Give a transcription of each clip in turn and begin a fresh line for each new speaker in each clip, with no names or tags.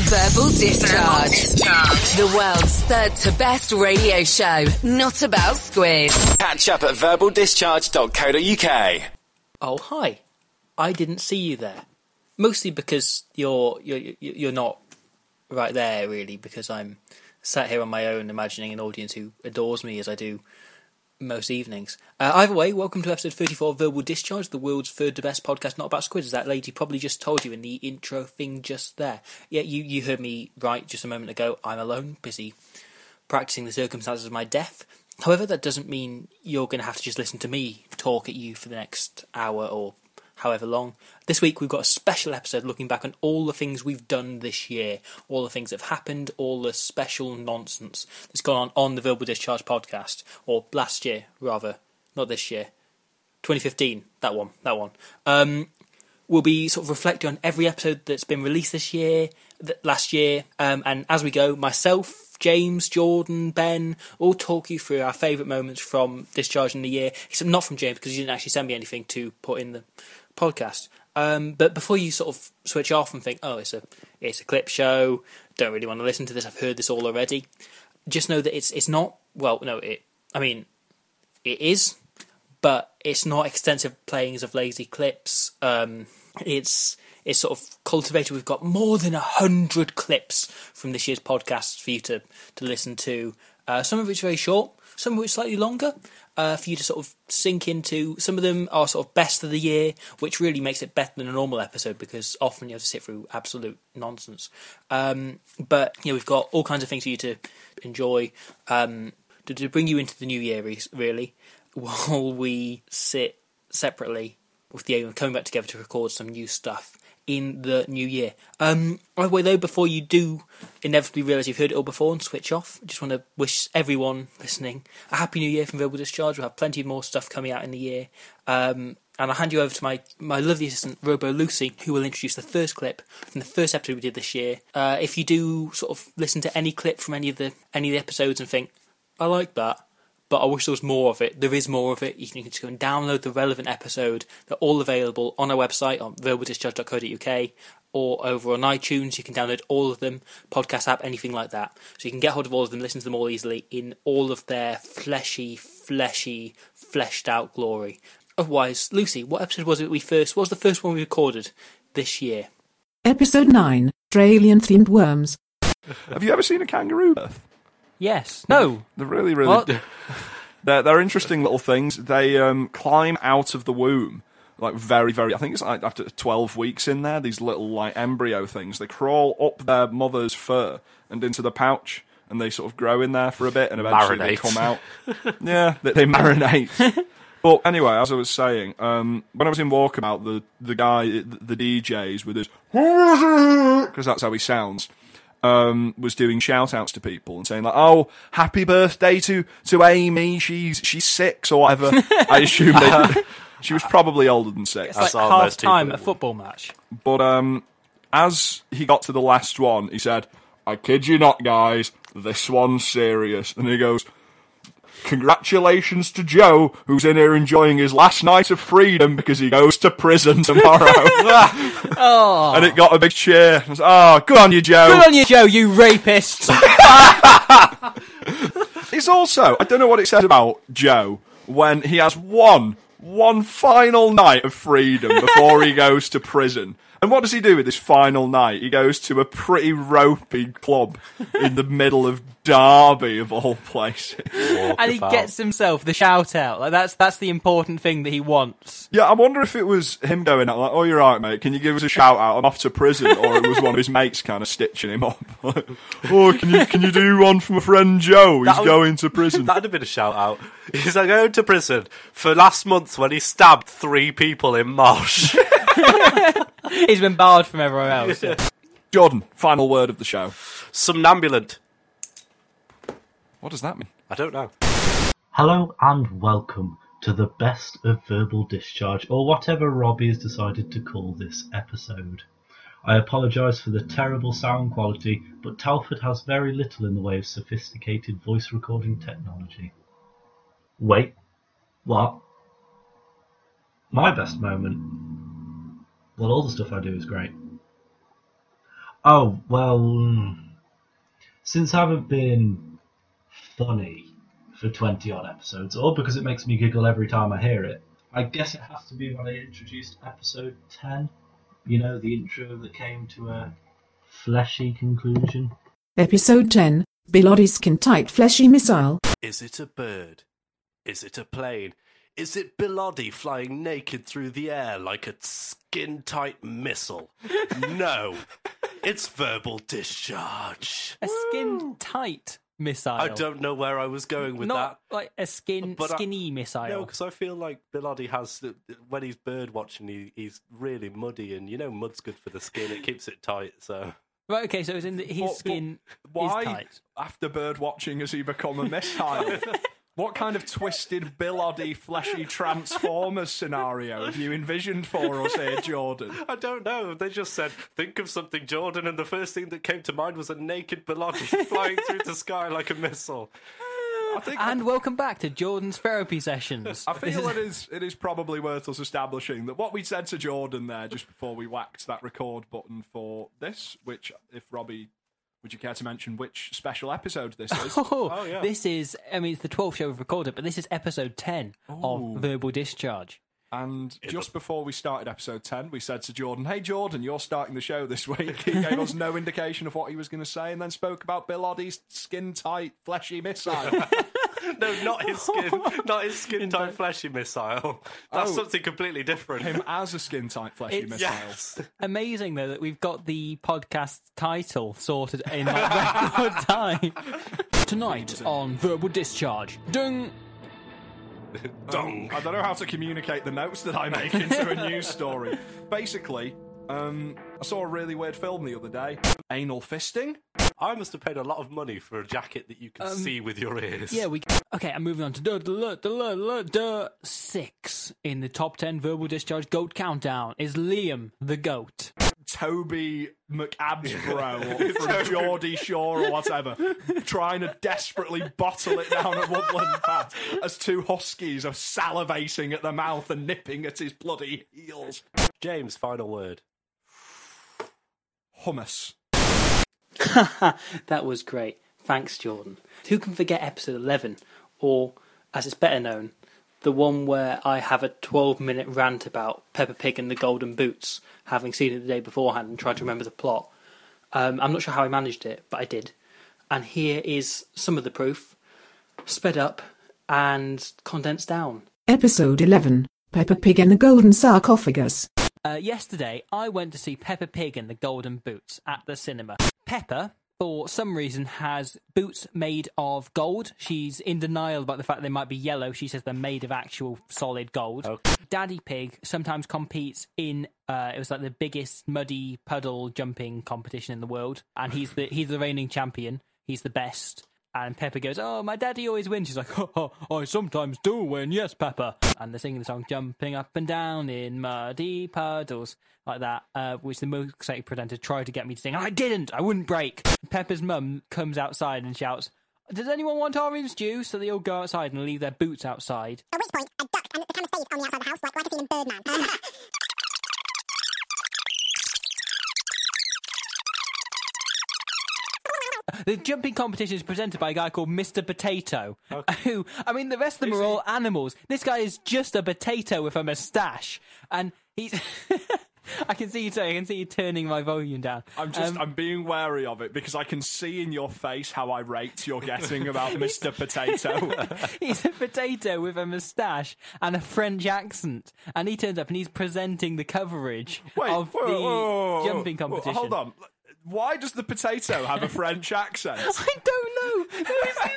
Verbal Discharge. The world's third to best radio show, not about squid.
Catch up at verbaldischarge.co.uk.
Oh, hi. I didn't see you there. Mostly because you're you're you're not right there really because I'm sat here on my own imagining an audience who adores me as I do most evenings. Uh, either way, welcome to episode 34 of Verbal Discharge, the world's third to best podcast not about squid, as that lady probably just told you in the intro thing just there. Yeah, you, you heard me right just a moment ago. I'm alone, busy practicing the circumstances of my death. However, that doesn't mean you're going to have to just listen to me talk at you for the next hour or however long. This week we've got a special episode looking back on all the things we've done this year, all the things that have happened, all the special nonsense that's gone on on the Verbal Discharge podcast, or last year rather, not this year, 2015, that one, that one. Um, we'll be sort of reflecting on every episode that's been released this year, th- last year, um, and as we go, myself, James, Jordan, Ben, all talk you through our favourite moments from discharging the year, except not from James because he didn't actually send me anything to put in the podcast. Um, but before you sort of switch off and think, oh, it's a it's a clip show, don't really want to listen to this, I've heard this all already. Just know that it's it's not well, no, it I mean, it is, but it's not extensive playings of lazy clips. Um, it's it's sort of cultivated. We've got more than a hundred clips from this year's podcast for you to to listen to. Uh, some of which are very short, some of which slightly longer, uh, for you to sort of sink into. Some of them are sort of best of the year, which really makes it better than a normal episode because often you have to sit through absolute nonsense. Um, but you know, we've got all kinds of things for you to enjoy um, to, to bring you into the new year, re- really while we sit separately with the aim of coming back together to record some new stuff in the new year. Um, by the way, though, before you do inevitably realise you've heard it all before and switch off, I just want to wish everyone listening a happy new year from Verbal Discharge. We'll have plenty more stuff coming out in the year. Um, and I'll hand you over to my, my lovely assistant, Robo Lucy, who will introduce the first clip from the first episode we did this year. Uh, if you do sort of listen to any clip from any of the any of the episodes and think, I like that, but I wish there was more of it. There is more of it. You can just go and download the relevant episode. They're all available on our website on verbaldischarge.co.uk or over on iTunes. You can download all of them, podcast app, anything like that. So you can get hold of all of them, listen to them all easily in all of their fleshy, fleshy, fleshed out glory. Otherwise, Lucy, what episode was it we first? What was the first one we recorded this year?
Episode 9 Australian themed worms.
Have you ever seen a kangaroo? Beth?
Yes. No.
They're really, really.
What?
They're, they're interesting little things. They um, climb out of the womb. Like very, very. I think it's like after twelve weeks in there. These little like embryo things. They crawl up their mother's fur and into the pouch, and they sort of grow in there for a bit, and eventually they
Marinate.
come out. yeah, they, they marinate. but anyway, as I was saying, um, when I was in Walkabout, the the guy, the, the DJs with his because that's how he sounds um, was doing shout outs to people and saying like, "Oh, happy birthday to to Amy. She's she's six or whatever." I assume they, she was probably older than six.
It's like
all
half
those people
time at
would-
football match.
But um, as he got to the last one, he said, "I kid you not, guys. This one's serious." And he goes. Congratulations to Joe, who's in here enjoying his last night of freedom because he goes to prison tomorrow. And it got a big cheer. I was, oh, good on you, Joe.
Oh. Good on you, Joe, you rapist!
It's also, I don't know what it says about Joe when he has one, one final night of freedom before he goes to prison. And what does he do with this final night? He goes to a pretty ropey club in the middle of Derby, of all places.
Walkabout.
and he gets himself the shout out. Like that's that's the important thing that he wants.
Yeah, I wonder if it was him going out like, "Oh, you're right, mate. Can you give us a shout out? I'm off to prison," or it was one of his mates kind of stitching him up. Like, oh, can you can you do one for my friend Joe? He's
That would-
going to prison.
That'd have been a shout out. He's like going to prison for last month when he stabbed three people in Marsh.
He's been barred from everywhere else. yeah.
Jordan, final word of the show.
Somnambulant.
What does that mean?
I don't know.
Hello and welcome to the best of verbal discharge, or whatever Robbie has decided to call this episode. I apologise for the terrible sound quality, but Telford has very little in the way of sophisticated voice recording technology. Wait, what? My best moment? Well, all the stuff I do is great. Oh, well, mm, since I haven't been funny for 20 odd episodes, or because it makes me giggle every time I hear it, I guess it has to be when I introduced episode 10. You know, the intro that came to a fleshy conclusion.
Episode 10 Bilody Skin Tight Fleshy Missile.
Is it a bird? Is it a plane? Is it Bilotti flying naked through the air like a skin tight missile? no, it's verbal discharge.
A skin tight missile.
I don't know where I was going with
Not like a skin
But I-
skinny
that. No,
missile.
because I feel like Bilotti has, when he's bird watching, he, he's really muddy, and you know, mud's good for the skin, it keeps it tight, so.
Right. Okay. So it's in the, his
But- but
skin
Why,
is tight.
after bird watching, has he become a missile? what kind of twisted, biloddy, fleshy Transformers scenario have you envisioned for us here, Jordan?
I don't know. They just said, think of something, Jordan, and the first thing that came to mind was a naked Bilotti flying through the sky like a missile.
I think
And welcome back to Jordan's therapy sessions.
I feel it is it is probably worth us establishing that what we said to Jordan there just before we whacked that record button for this, which if Robbie would you care to mention which special episode this is?
Oh,
yeah.
This is, I mean, it's the 12th show we've recorded, but this is episode 10 of Verbal Discharge.
and just before we started episode ten, we said to Jordan, Hey Jordan, you're starting the show this week. He gave us no indication of what he was gonna say and then spoke about Bill Oddie's skin tight, fleshy missile.
No, not his skin. Not his skin tight fleshy missile. That's something completely different.
Him as a skin tight fleshy
It's-
missile.
yes.
Amazing, though, that we've got the podcast title sorted in like, record time. Tonight on Verbal Discharge. Dung!
Dong.
I don't know how to communicate the notes that I make into a news story. Basically, um, I saw a really weird film the other day. Anal fisting?
I must have paid a lot of money for a jacket that you can see with your ears.
Yeah, we. Okay, I'm moving on to duh, duh, duh, duh, duh, six in the top 10 Verbal Discharge GOAT Countdown is Liam the GOAT.
Toby McAbs bro from Geordie Shore or whatever, trying to desperately bottle it down at Woodland Path as two huskies are salivating at the mouth and nipping at his bloody heels.
James, final word.
Hummus.
That was great. Thanks, Jordan. Who can forget episode 11, or as it's better known, the one where I have a 12 minute rant about Peppa Pig and the Golden Boots, having seen it the day beforehand and trying to remember the plot. Um, I'm not sure how I managed it, but I did. And here is some of the proof, sped up and condensed down.
Episode 11 Peppa Pig and the Golden Sarcophagus.
Uh, yesterday, I went to see Peppa Pig and the Golden Boots at the cinema. Peppa, for some reason, has boots made of gold. She's in denial about the fact they might be yellow. She says they're made of actual solid gold. Daddy Pig sometimes competes in. Uh, it was like the biggest muddy puddle jumping competition in the world, and he's the he's the reigning champion. He's the best. And Peppa goes, "Oh, my daddy always wins." She's like, "Oh, I sometimes do win, yes, Peppa." And they're singing the song, jumping up and down in muddy puddles, like that, uh, which the milkshake presenter tried to get me to sing, and I didn't. I wouldn't break. Peppa's mum comes outside and shouts, "Does anyone want orange juice?" So they all go outside and leave their boots outside.
At which point, I ducked and kind of stayed on the outside of the house like like a feeling Birdman.
The jumping competition is presented by a guy called Mr. Potato, who, I mean, the rest of them are all animals. This guy is just a potato with a moustache, and he's. I can see you. Sorry, I can see you turning my volume down.
I'm just
Um,
I'm being wary of it because I can see in your face how irate you're getting about Mr. Potato.
he's a potato with a moustache and a French accent, and he turns up and he's presenting the coverage
Wait,
of
whoa,
the
whoa, whoa, whoa,
jumping
whoa,
competition.
Hold on. Why does the potato have a French accent?
I don't know. There is no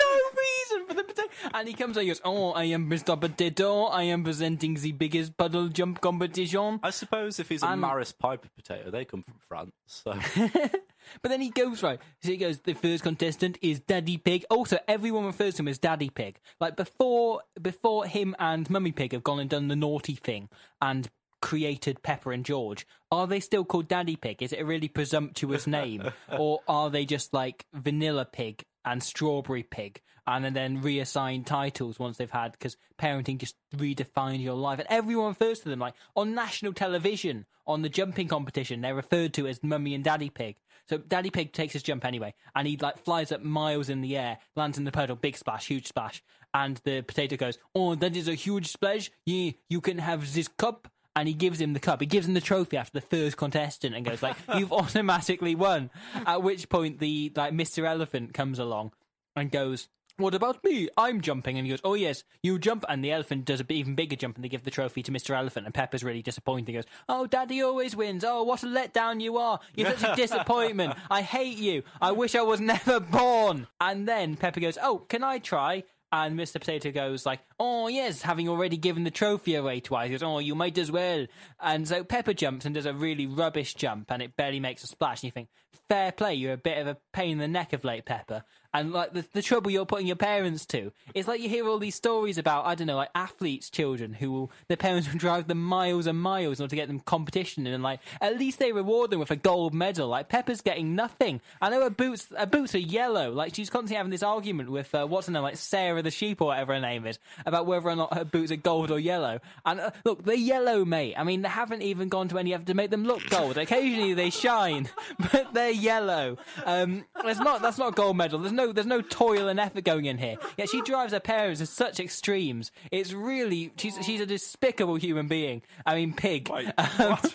reason for the potato. And he comes out and he goes, Oh, I am Mr. Potato. I am presenting the biggest puddle jump competition.
I suppose if he's a
Um,
Maris Piper potato, they come from France. So
But then he goes right. So he goes. The first contestant is Daddy Pig. Also, everyone refers to him as Daddy Pig. Like before, before him and Mummy Pig have gone and done the naughty thing and created Pepper and George. Are they still called Daddy Pig? Is it a really presumptuous name, or are they just like Vanilla Pig and Strawberry Pig, and then- then reassign titles once they've had because parenting just redefined your life. And everyone refers to them like on national television, on the jumping competition, they're referred to as Mummy and Daddy Pig. So Daddy Pig takes his jump anyway, and he like flies up miles in the air, lands in the puddle, big splash, huge splash, and the potato goes, "Oh, that is a huge splash! Yeah, you can have this cup." and he gives him the cup. He gives him the trophy after the first contestant and goes like, "You've automatically won." At which point the like Mr. Elephant comes along and goes, "What about me? I'm jumping." And he goes, "Oh yes, you jump." And the elephant does an even bigger jump, and they give the trophy to Mr. Elephant. And Pepper's really disappointed. He goes, "Oh, Daddy always wins. Oh, what a letdown you are. You're such a disappointment. I hate you. I wish I was never born." And then Pepper goes, "Oh, can I try?" And Mr. Potato goes like, "Oh yes, having already given the trophy away twice, he goes, oh you might as well." And so Pepper jumps and does a really rubbish jump, and it barely makes a splash. And you think, "Fair play, you're a bit of a pain in the neck of late, Pepper." And like the, the trouble you're putting your parents to, it's like you hear all these stories about I don't know, like athletes' children who will their parents will drive them miles and miles in order to get them competition, and like at least they reward them with a gold medal. Like Pepper's getting nothing. I know her boots, her boots are yellow. Like she's constantly having this argument with uh, what's her name, like Sarah the sheep or whatever her name is, about whether or not her boots are gold or yellow. And uh, look, they're yellow, mate. I mean, they haven't even gone to any effort to make them look gold. Occasionally they shine, but they're yellow. Um, it's not that's not a gold medal. There's no there's no toil and effort going in here. Yet she drives her parents to such extremes. It's really she's she's a despicable human being. I mean, pig.
Wait,
Um, and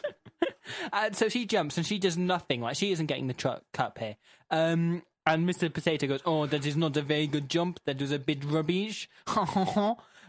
Uh, so she jumps and she does nothing. Like she isn't getting the truck cup here. Um, and Mr. Potato goes, "Oh, that is not a very good jump. That was a bit rubbish."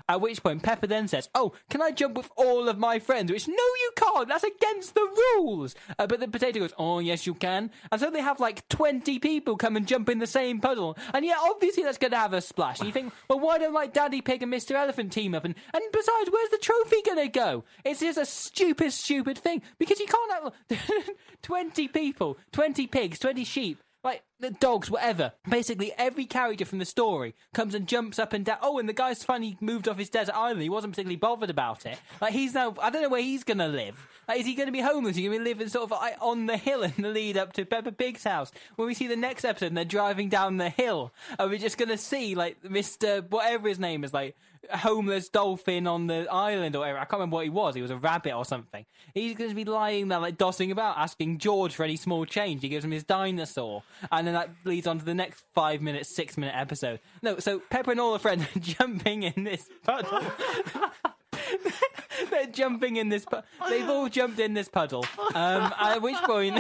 At which point Pepper then says, "Oh, can I jump with all of my friends?" Which no, you can't. That's against the rules. Uh, but the potato goes, "Oh, yes, you can." And so they have like twenty people come and jump in the same puddle. And yeah, obviously that's going to have a splash. And you think, well, why don't like Daddy Pig and Mr. Elephant team up? And and besides, where's the trophy going to go? It's just a stupid, stupid thing because you can't have twenty people, twenty pigs, twenty sheep like the dogs, whatever. Basically, every character from the story comes and jumps up and down. Oh, and the guy's finally moved off his desert island. He wasn't particularly bothered about it. Like he's now, I don't know where he's gonna live. Like, is he gonna be homeless? Is he gonna be living sort of like, on the hill in the lead up to Peppa Pig's house? When we see the next episode, and they're driving down the hill, and we're just gonna see like Mister whatever his name is, like homeless dolphin on the island or whatever. I can't remember what he was. He was a rabbit or something. He's going to be lying there, like dossing about, asking George for any small change. He gives him his dinosaur, and then that leads on to the next five minute, six minute episode. No, so Pepper and all her friends are jumping in this puddle. They're jumping in this. Pu- They've all jumped in this puddle. Um, at which point.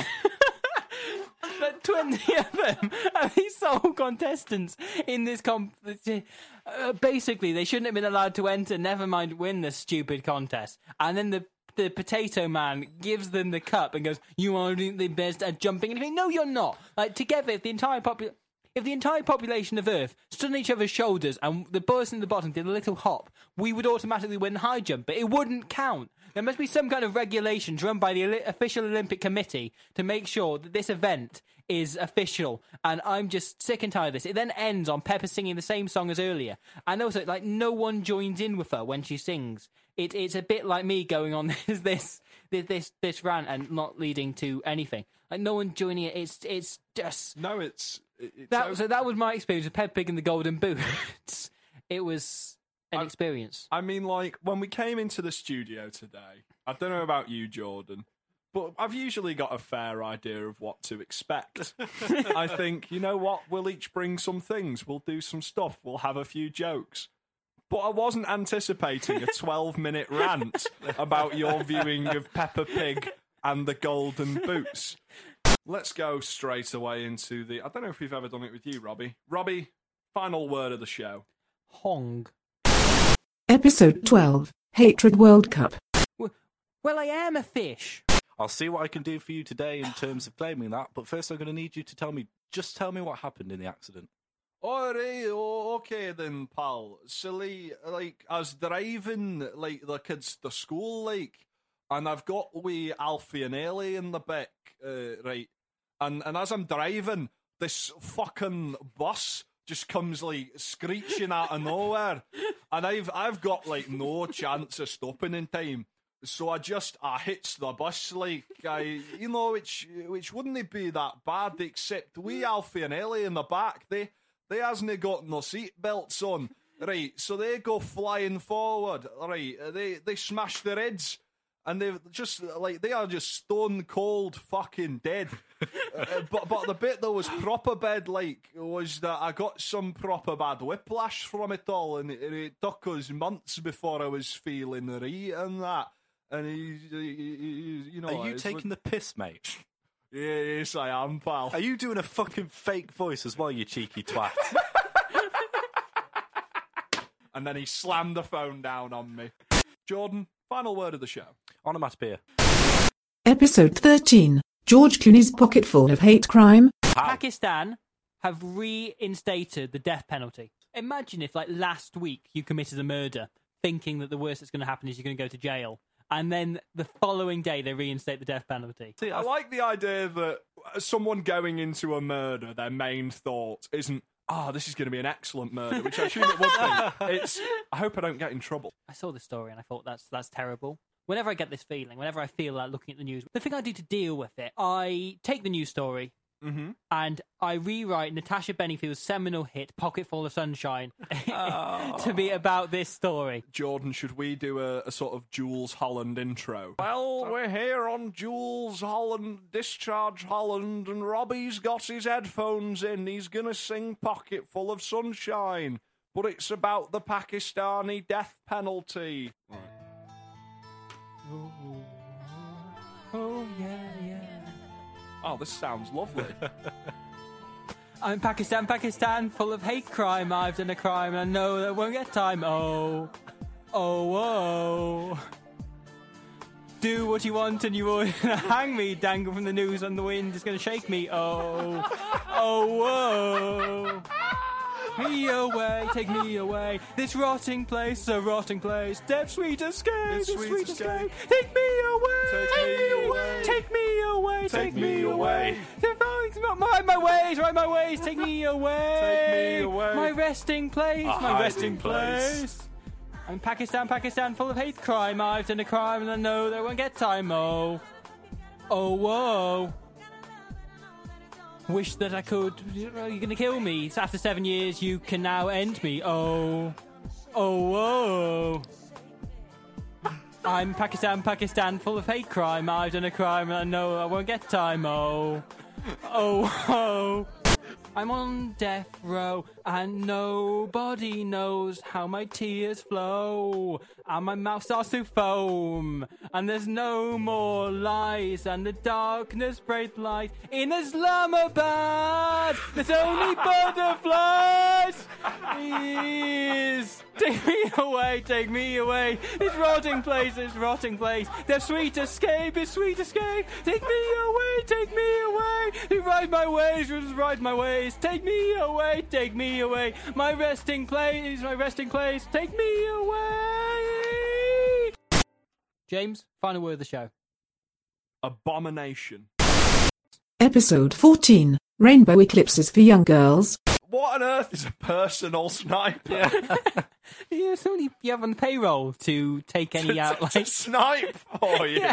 But 20 of them are the sole contestants in this comp. Uh, basically, they shouldn't have been allowed to enter, never mind win this stupid contest. And then the the potato man gives them the cup and goes, You are the best at jumping. And they No, you're not. Like, together, if the entire population. If the entire population of Earth stood on each other's shoulders and the person at the bottom did a little hop, we would automatically win the high jump, but it wouldn't count. There must be some kind of regulations run by the Oli- official Olympic Committee to make sure that this event is official. And I'm just sick and tired of this. It then ends on Pepper singing the same song as earlier, and also like no one joins in with her when she sings. It, it's a bit like me going on this this this this, this rant and not leading to anything. Like no one joining it. It's it's just
No, it's. it- it's
that
o-
so that was my experience with Peppa Pig and the Golden Boots. it was an experience.
I mean, like, when we came into the studio today, I don't know about you, Jordan, but I've usually got a fair idea of what to expect. I think, you know what, we'll each bring some things, we'll do some stuff, we'll have a few jokes. But I wasn't anticipating a 12 minute rant about your viewing of Peppa Pig and the Golden Boots. Let's go straight away into the. I don't know if we've ever done it with you, Robbie. Robbie, final word of the show.
Hong.
Episode 12 Hatred World Cup.
W- Well, I am a fish.
I'll see what I can do for you today in terms of claiming that, but first I'm going to need you to tell me, just tell me what happened in the accident.
Alright, o- okay then, pal. So, like, like, I was driving, like, the kids to school, like, and I've got wee Alfie and Ellie in the back, uh, right? And, and as I'm driving, this fucking bus just comes, like, screeching out of nowhere. And I've, I've got, like, no chance of stopping in time. So I just, I hits the bus, like, I, you know, which, which wouldn't it be that bad, except we Alfie and Ellie in the back, they, They hasn't got no seatbelts on. Right, so they go flying forward. Right, uh, they they smash their heads, and they've just like they are just stone cold fucking dead. Uh, but but the bit that was proper bad like was that I got some proper bad whiplash from it all, and it, it took us months before I was feeling right and that. And he, he- he- he- you know,
Are you
it's-
taking the piss, mate?
Yeah, yes, I am, pal.
Are you doing a fucking fake voice as well, you cheeky twat?
and then he slammed the phone down on me. Jordan, final word of the show.
Onomatopoeia.
Episode 13 George Clooney's Pocketful of Hate Crime.
How?
Pakistan have reinstated the death penalty. Imagine if, like last week, you committed a murder, thinking that the worst that's going to happen is you're going to go to jail, and then the following day they reinstate the death penalty.
See,
I
I-
like the idea that someone going into a murder, their main thought isn't, ah, this is going to be an excellent murder, which I assume it would be. It's, I hope I don't get in trouble.
I saw this story and I thought that's that's terrible. Whenever I get this feeling, whenever I feel like looking at the news, the thing I do to deal with it, I take the news story and I rewrite Natasha Benningfield's seminal hit "Pocketful of Sunshine" to be about this story.
Jordan, should we do a, a sort of Jules Holland intro? Well, we're here on Jules Holland, Discharge Holland, and Robbie's got his headphones in. He's going to sing Pocketful of Sunshine, but it's about the Pakistani death penalty.
Oh yeah, yeah.
Oh, this sounds lovely.
I'm in Pakistan, Pakistan, full of hate crime. I've done a crime and I know that won't get time. Oh, oh, oh. Do what you want and you will hang me. Dangle from the news and the wind is going to shake me. Oh, oh, whoa. Me away, take me away. This rotting place, a rotting place. Death, sweet escape,
This
this
sweet
sweet,
escape.
escape. Take me away,
Take me away.
take me away, take,
me away.
the phone's not my, my ways, right my ways, take me away.
Take me away.
My resting place, my
hiding
resting
place.
place. I'm Pakistan, Pakistan, full of hate crime. I've done a crime and I know they won't get time. Oh, oh, whoa. Wish that I could. You're gonna kill me. It's after seven years, you can now end me. Oh, oh, whoa. I'm Pakistan, Pakistan, full of hate crime. I've done a crime and I know I won't get time. Oh, oh, oh. I'm on death row and nobody knows how my tears flow. And my mouth starts to foam. And there's no more lies. And the darkness bright light in Islamabad. There's only butterflies. Please take me away, take me away. This rotting place, this rotting place. Their sweet escape is sweet escape. Take me away, take me away. You ride my ways, you ride my ways. Take me away, take me away. My resting place, my resting place. Take me away. James, final word of the show.
Abomination.
Episode 14 Rainbow Eclipses for Young Girls.
What on earth is a personal sniper?
Yeah, it's only you have on the payroll to take any out.
to
Like,
snipe for you.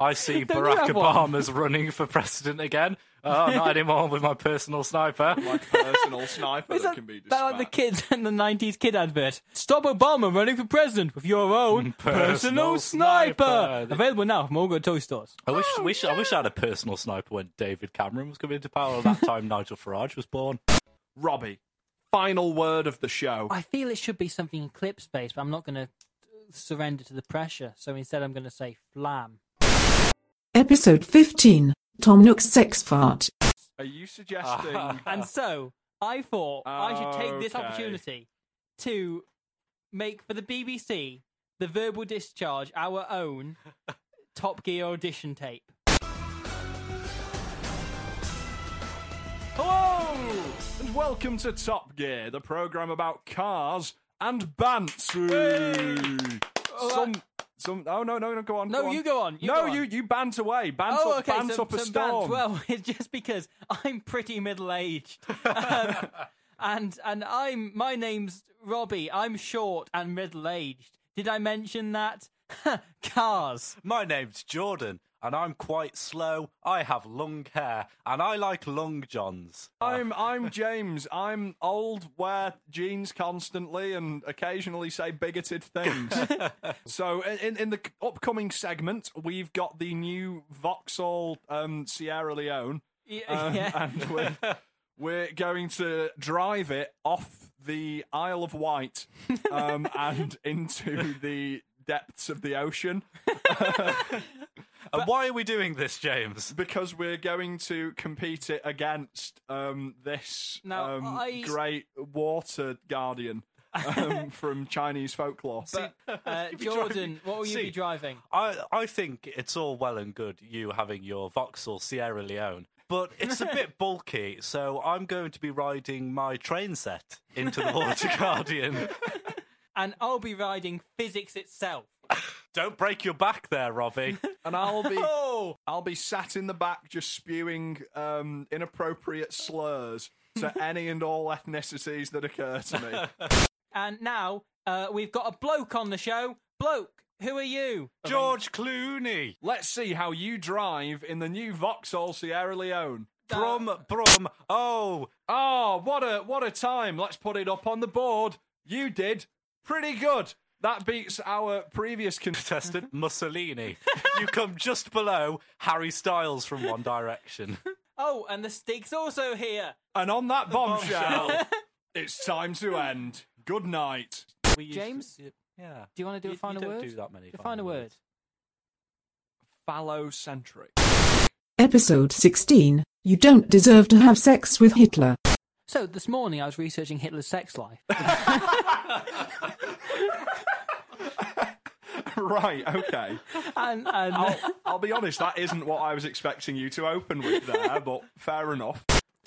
I see
Don't you
Barack
have one?
Obama's running for president again. Oh, not anymore with my personal sniper.
Like personal sniper
Is
that
that,
can be
that
dispatched.
like the kids in the 90s kid advert? Stop Obama running for president with your own
Personal
personal,
sniper.
sniper. Available now from all good toy stores.
I wish, wish, I wish I had a personal sniper when David Cameron was coming into power. and That time Nigel Farage was born.
Robbie, final word of the show.
I feel it should be something in clip space, but I'm not going to surrender to the pressure. So instead, I'm going to say flam.
Episode 15 Tom Nook's Sex Fart.
Are you suggesting?
And so I thought I should take this
Okay.
opportunity to make for the BBC the verbal discharge our own Top Gear audition tape.
Hello and welcome to Top Gear, the program about cars and banter. Some, some. Oh no, no, no. Go on.
No,
go on.
you go on, you
no,
go on.
you you bant away. Bant up, bant
Oh, so-
up a
so
storm.
banned. Well, it's just because I'm pretty middle aged, um, and and I'm my name's Robbie. I'm short and middle aged. Did I mention that? Cars.
My name's Jordan.
and I'm quite slow. I have long hair, and I like long johns.
I'm I'm James. I'm old, wear jeans constantly, and occasionally say bigoted things. so in- in in the c- upcoming segment, we've got the new Vauxhall um, Sierra Leone,
Yeah,
um,
yeah.
and we're, we're going to drive it off the Isle of Wight um, and into the depths of the ocean.
and why are we doing this, James?
because we're going to compete it against um, this
Now,
um,
I-
great water guardian um, from Chinese folklore.
Uh, Jordan, what will you be
See.
driving?
I I think it's all well and good you having your Vauxhall Sierra Leone, but it's a bit bulky, so I'm going to be riding my train set into the Water Guardian.
And I'll be riding physics itself.
Don't break your back there, Robbie.
and I'll be
Oh,
I'll be sat in the back just spewing um, inappropriate slurs to any and all ethnicities that occur to me.
and now uh, we've got a bloke on the show. Bloke, who are you?
George Clooney
Let's see how you drive in the new Vauxhall Sierra Leone.
from from oh
Oh, what a what a time. Let's put it up on the board. You did pretty good. That beats our previous con-
contestant Mussolini. you come just below Harry Styles from One Direction.
Oh, and the Stig's also here.
And on that bombshell, it's time to end. Good night.
James?
yeah.
Do you want to do
You-
a final
you don't
word?
do that many
The
final
final word.
words.
Phallocentric.
Episode 16 You Don't Deserve to Have Sex with Hitler.
So this morning I was researching Hitler's sex life.
right, okay.
and, um, and
I'll, I'll be honest, that isn't what I was expecting you to open with there, but fair enough.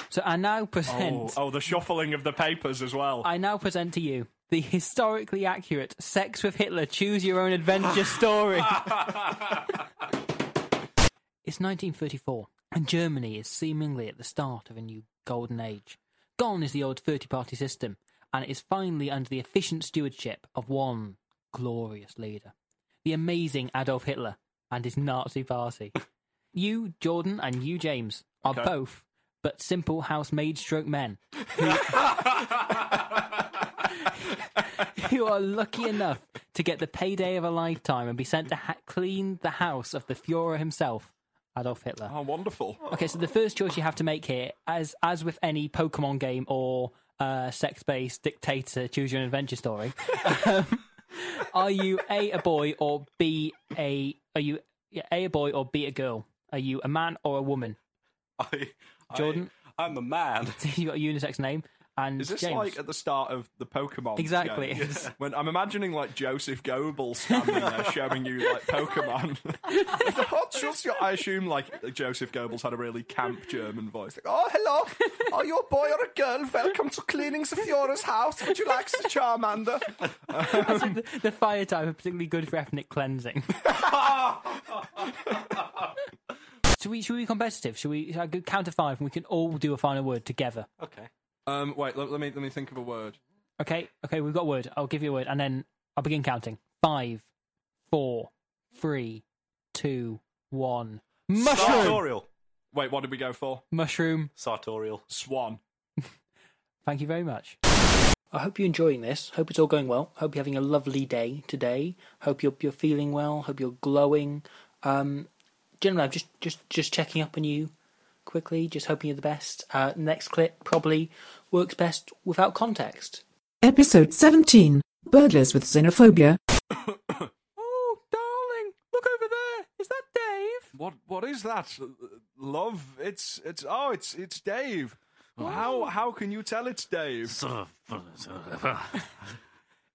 so I now
Oh,
present
oh, the shuffling of the papers as well.
I now present to you the historically accurate Sex with Hitler Choose Your Own Adventure story. it's 1934, and Germany is seemingly at the start of a new golden age. Gone is the old 30 party system, and it is finally under the efficient stewardship of one glorious leader the amazing Adolf Hitler and his Nazi party. you, Jordan, and you, James, are both but simple housemaid stroke men who are lucky enough to get the payday of a lifetime and be sent to ha- clean the house of the Fuhrer himself, Adolf Hitler.
Oh, wonderful.
Okay, so the first choice you have to make here, as as with any Pokemon game or uh, sex-based dictator choose your own adventure story, um, are you a a boy or b a are you yeah, a a boy or b a girl? Are you a man or a woman?
I, I-
Jordan?
I'm a man.
you got a unisex name and
Is this
James.
like at the start of the Pokemon?
Exactly.
game? When I'm imagining like Joseph Goebbels standing there showing you like Pokemon. It's like, "Oh, just your-" I assume like Joseph Goebbels had a really camp German voice. Like, oh hello, are you a boy or a girl? Welcome to cleaning the Fiora's house. Would you like the Charmander? um,
the, the fire type are particularly good for ethnic cleansing. should we should we be competitive? Should we should I go count to five and we can all do a final word together?
Okay.
Um, wait, let, let me let me think of a word.
Okay, okay, we've got a word. I'll give you a word and then I'll begin counting. Five, four, three, two, one. Mushroom
Sartorial.
Wait, what did we go for?
Mushroom.
Sartorial.
Swan.
Thank you very much. I hope you're enjoying this. Hope it's all going well. Hope you're having a lovely day today. Hope you're you're feeling well. Hope you're glowing. Um, generally, I'm just just just checking up on you quickly. Just hoping you're the best. Uh, next clip probably works best without context.
Episode 17 Burglars with Xenophobia.
Oh, darling, look over there. Is that Dave?
What what is that? Love? It's it's oh it's it's Dave. How how can you tell it's Dave?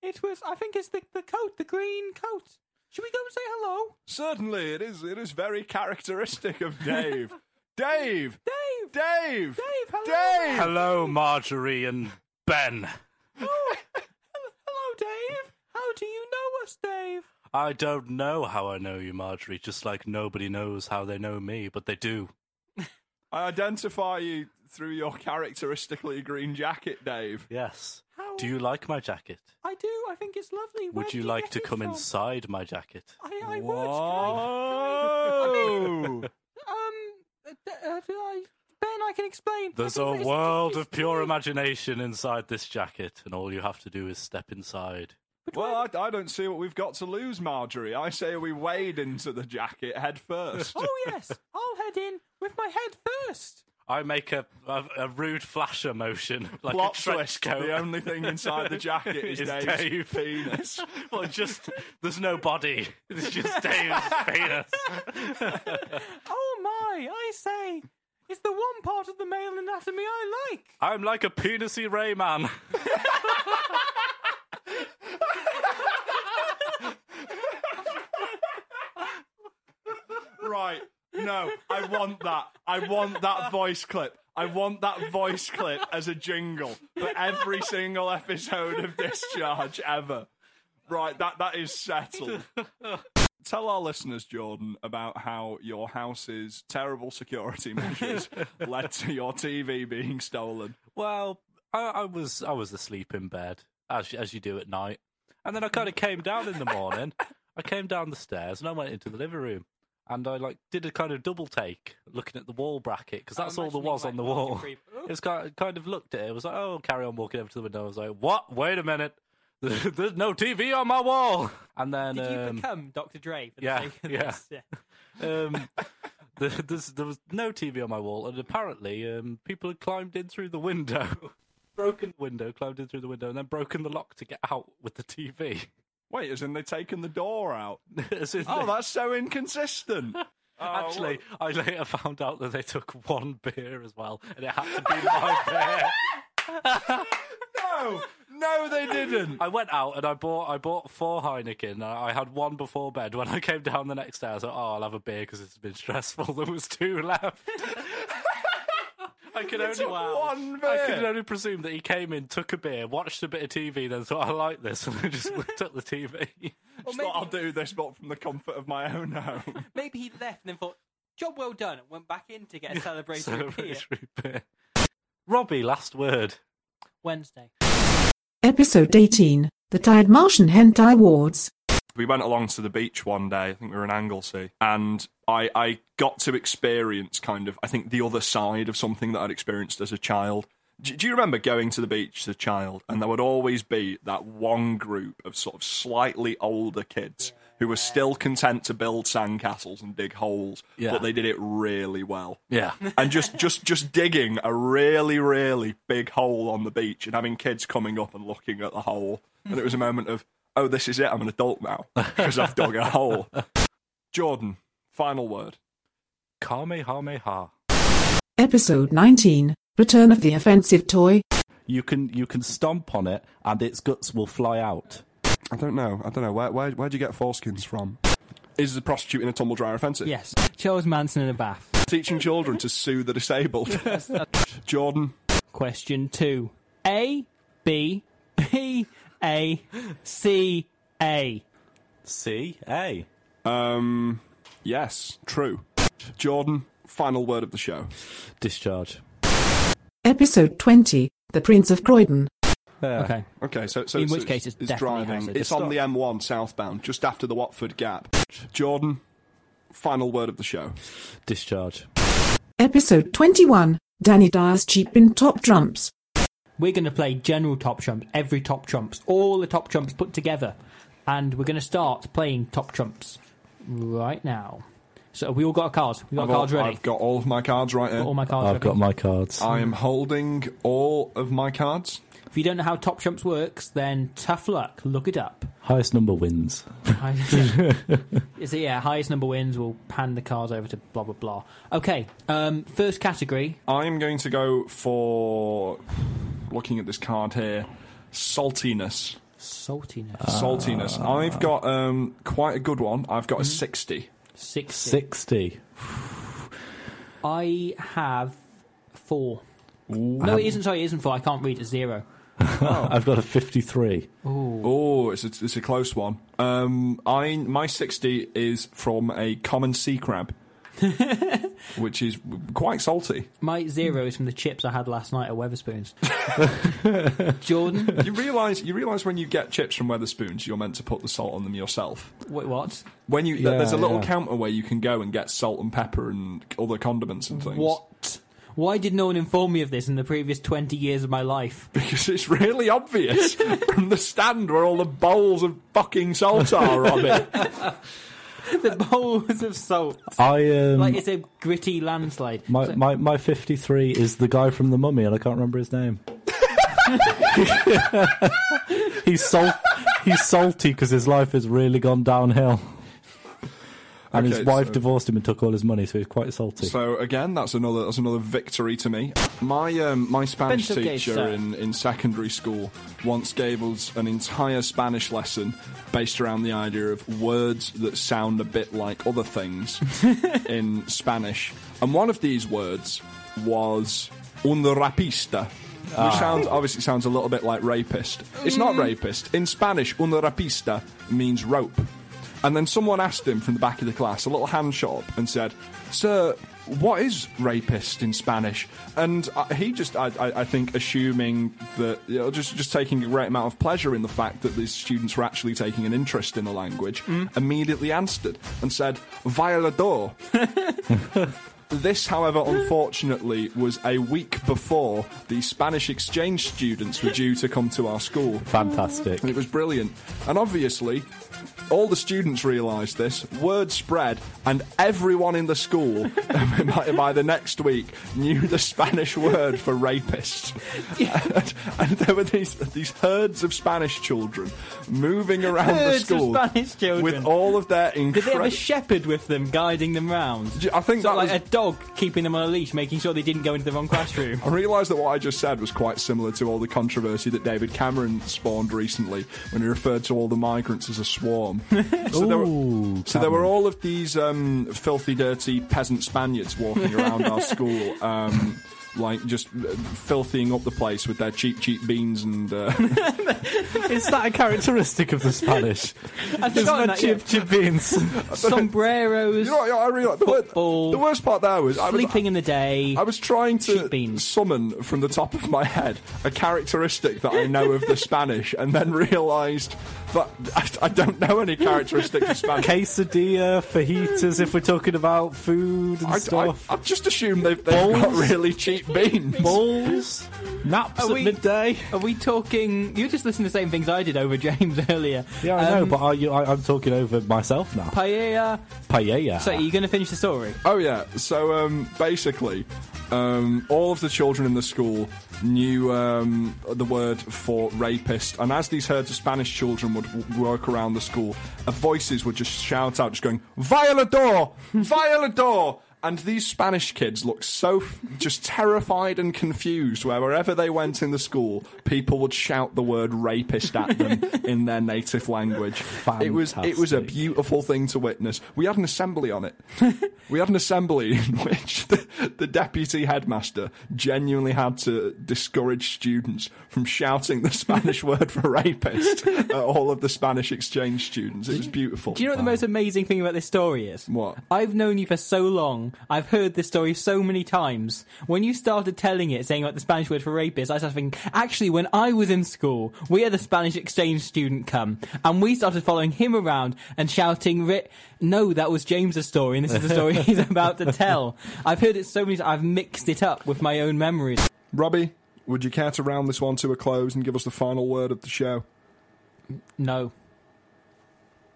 It was. I think it's the the coat, the green coat. Should we go and say hello,
Certainly, it is. It is very characteristic of Dave. Dave.
Dave?
Dave. Dave.
hello.
Dave.
Hello, Marjorie and Ben.
Hello, Dave. How do you know us, Dave?
I don't know how I know you, Marjorie, just like nobody knows how they know me, but they do.
I identify you through your characteristically green jacket, Dave.
Yes. Do you like my jacket?
I do. I think it's lovely.
Would you like to come
inside?
inside my jacket?
I, I
Whoa!
Um, uh, uh, I, Ben, I can explain.
There's a world of pure imagination inside this jacket, and all you have to do is step inside.
well, I, I don't see what we've got to lose, Marjorie. I say we wade into the jacket head first.
Oh yes, I'll head in with my head first.
I make a a, a rude flasher motion, like
Plot
a trench
twist:
coat.
the only thing inside the jacket is
It's
Dave's
Dave.
penis.
well, just there's no body. It's just Dave's penis.
Oh my! I say, it's the one part of the male anatomy I like.
I'm like a penisy Rayman.
Right. No, I want that. I want that voice clip. I want that voice clip as a jingle for every single episode of Discharge ever. Right, that that is settled. Tell our listeners, Jordan, about how your house's terrible security measures led to your TV being stolen.
Well, I, I was I was asleep in bed as as you do at night, and then I kind of
Mm.
came down in the morning. I came down the stairs and I went into the living room, and I like did a kind of double take looking at the wall bracket because that's all there
imagining,
was on
Oh,
the
like,
wall.
creep.
It was kind kind of looked at it. It was like, oh, carry on walking over to the window. I was like, what? Wait a minute. There's no TV on my wall. And then
Did you
um,
become Dr. Dre for the
yeah,
sake of
yeah.
this? uh, Yeah.
um, there, there's, there was no TV on my wall, and apparently um, people had climbed in through the window, broken the window, climbed in through the window, and then broken the lock to get out with the TV.
Wait, as in they taken the door out?
As in
Oh,
they-
that's so inconsistent.
actually, I later found out that they took one beer as well, and it had to be my beer.
No, no, they didn't.
I went out and I bought I bought four Heineken. and I I had one before bed. When I came down the next day, I was like, "Oh, I'll have a beer because it's been stressful." There was two left. I could only
took
wow.
one
I
beer.
could only presume that he came in, took a beer, watched a bit of TV, then thought, "I like this," and then just took the TV.
Just thought I'll do this, but from the comfort of my own home.
Maybe he left and then thought, job well done, and went back in to get a celebration here.
Celebratory beer. Robbie, last word.
Wednesday.
Episode 18 The Tired Martian Hentai Awards.
we went along to the beach one day. I think we were in Anglesey, and I, I got to experience kind of I think the other side of something that I'd experienced as a child. Do, do you remember going to the beach as a child, and there would always be that one group of sort of slightly older kids who were still content to build sandcastles and dig holes,
Yeah.
but they did it really well
Yeah,
and just just just digging a really really big hole on the beach and having kids coming up and looking at the hole and it was a moment of oh this is it i'm an adult now because i've dug a hole jordan final word
Kamehameha.
Episode 19 Return of the Offensive Toy.
You can you can stomp on it, and its guts will fly out.
i don't know i don't know where where where'd you get foreskins from is the prostitute in a tumble dryer offensive
Yes. Charles Manson in a bath.
teaching children to sue the disabled jordan
Question two. A, B, B, A, C, A.
C A.
um yes true jordan final word of the show
Discharge.
Episode 20 The Prince of Croydon.
Okay.
Okay, so, so
In
so
which case it's definitely
driving.
hazardous.
It's on the M1 southbound, just after the Watford Gap. Jordan, final word of the show.
Discharge.
Episode 21 Danny Dyer's Cheap in Top Trumps.
We're going to play general top trumps, every top trumps, all the top trumps put together. And we're going to start playing top trumps right now. So have we all got our cards. We got
I've,
our cards
all,
ready.
I've got all of my cards right here.
Got all my cards ready.
my cards.
I am holding all of my cards.
If you don't know how top trumps works, then tough luck. Look it up.
Highest number wins.
Is it yeah? Highest number wins. We'll hand the cards over to blah blah blah. Okay. Um, first category.
I am going to go for looking at this card here. Saltiness,
Saltiness.
saltiness.
Ah.
I've got um, quite a good one. I've
Mm-hmm.
got a sixty.
Six.
60.
I have four. No, it isn't. Sorry, it isn't four. I can't read it. Zero. Oh.
I've got a 53.
Oh, it's a, it's a close one. Um, I my sixty is from a common sea crab. which is quite salty.
My zero is from the chips I had last night at Weatherspoons. Jordan,
You realise you realise when you get chips from Weatherspoons, you're meant to put the salt on them yourself.
wait, what?
When you
Yeah,
there's a little
yeah.
counter where you can go and get salt and pepper and other condiments and things.
What? Why did no one inform me of this in the previous 20 years of my life?
Because it's really obvious from the stand where all the bowls of fucking salt are on it.
the bowls of salt.
I um,
Like it's a gritty landslide.
my, my my 53 is the guy from the Mummy, and I can't remember his name. he's salt. He's salty because his life has really gone downhill. And
Okay,
his wife
so-
divorced him and took all his money, so he's quite salty.
So again, that's another that's another victory to me. My um, my Spanish
Benito Gage,
teacher
sir.
in, in secondary school once gave us an entire Spanish lesson based around the idea of words that sound a bit like other things in Spanish, and one of these words was un rapista. Which sounds obviously sounds a little bit like rapist. It's not rapist. In Spanish, un rapista means rope. And then someone asked him from the back of the class, a little hand shop, and said, Sir, what is rapist in Spanish? And uh, he just, I, I, I think, assuming that, you know, just, just taking a great amount of pleasure in the fact that these students were actually taking an interest in the language, immediately answered and said, Violador. This, however, unfortunately, was a week before the Spanish exchange students were due to come to our school.
Fantastic.
And it was brilliant. And obviously, all the students realised this, word spread, and everyone in the school by, by the next week knew the Spanish word for rapist. and, and there were these, these herds of Spanish children moving around
Herds of
the school
Spanish children.
with all of their
Did they have a
incredible.
shepherd with them, guiding them round?
I think
Sort
that
of like
was-
a dog keeping them on a leash, making sure they didn't go into the wrong classroom.
I realised that what I just said was quite similar to all the controversy that David Cameron spawned recently when he referred to all the migrants as a swarm. so, there were,
Ooh,
so there were
Cameron.
all of these um, filthy, dirty peasant Spaniards walking around our school. Um, like just uh, filthying up the place with their cheap, cheap beans and uh,
Is that a characteristic of the Spanish?
I've
There's
forgotten
no
that, yeah.
chip chip beans.
Sombreros,
you know what, I realised the,
Football.
wor- the worst part there was I was,
sleeping in the day.
I was trying to
Cheap beans.
summon from the top of my head a characteristic that I know of the Spanish, and then realised that I, I don't know any characteristics of Spanish.
Quesadilla, fajitas, if we're talking about food and
I, I,
stuff.
I just assume they've, they've got
Balls.
really cheap beans.
Balls, naps
Are
at
we-
midday.
Are we talking? You just listened to the same things I did over James earlier.
Yeah, I
Um,
know, but I, you, I, I'm talking over myself now.
Paella.
Paella.
So, are you going to finish the story?
Oh yeah. So um, basically, um, all of the children in the school knew um, the word for rapist, and as these herds of Spanish children would w- work around the school, uh, voices would just shout out, just going "Violador, Violador." And these Spanish kids looked so f- just terrified and confused where wherever they went in the school, people would shout the word rapist at them in their native language. It was it was a
Fantastic.
beautiful thing to witness. We had an assembly on it. we had an assembly in which the, the deputy headmaster genuinely had to discourage students from shouting the Spanish word for rapist at all of the Spanish exchange students. It was beautiful.
Do you know what the most amazing thing about this story is?
What?
I've known you for so long. I've heard this story so many times. When you started telling it, saying about the Spanish word for rapist, I started thinking, actually, when I was in school, we had a Spanish exchange student come, and we started following him around and shouting, "Ri- no, that was James's story, and this is the story he's about to tell. I've heard it so many times, I've mixed it up with my own memories.
Robbie, would you care to round this one to a close and give us the final word of the show?
No.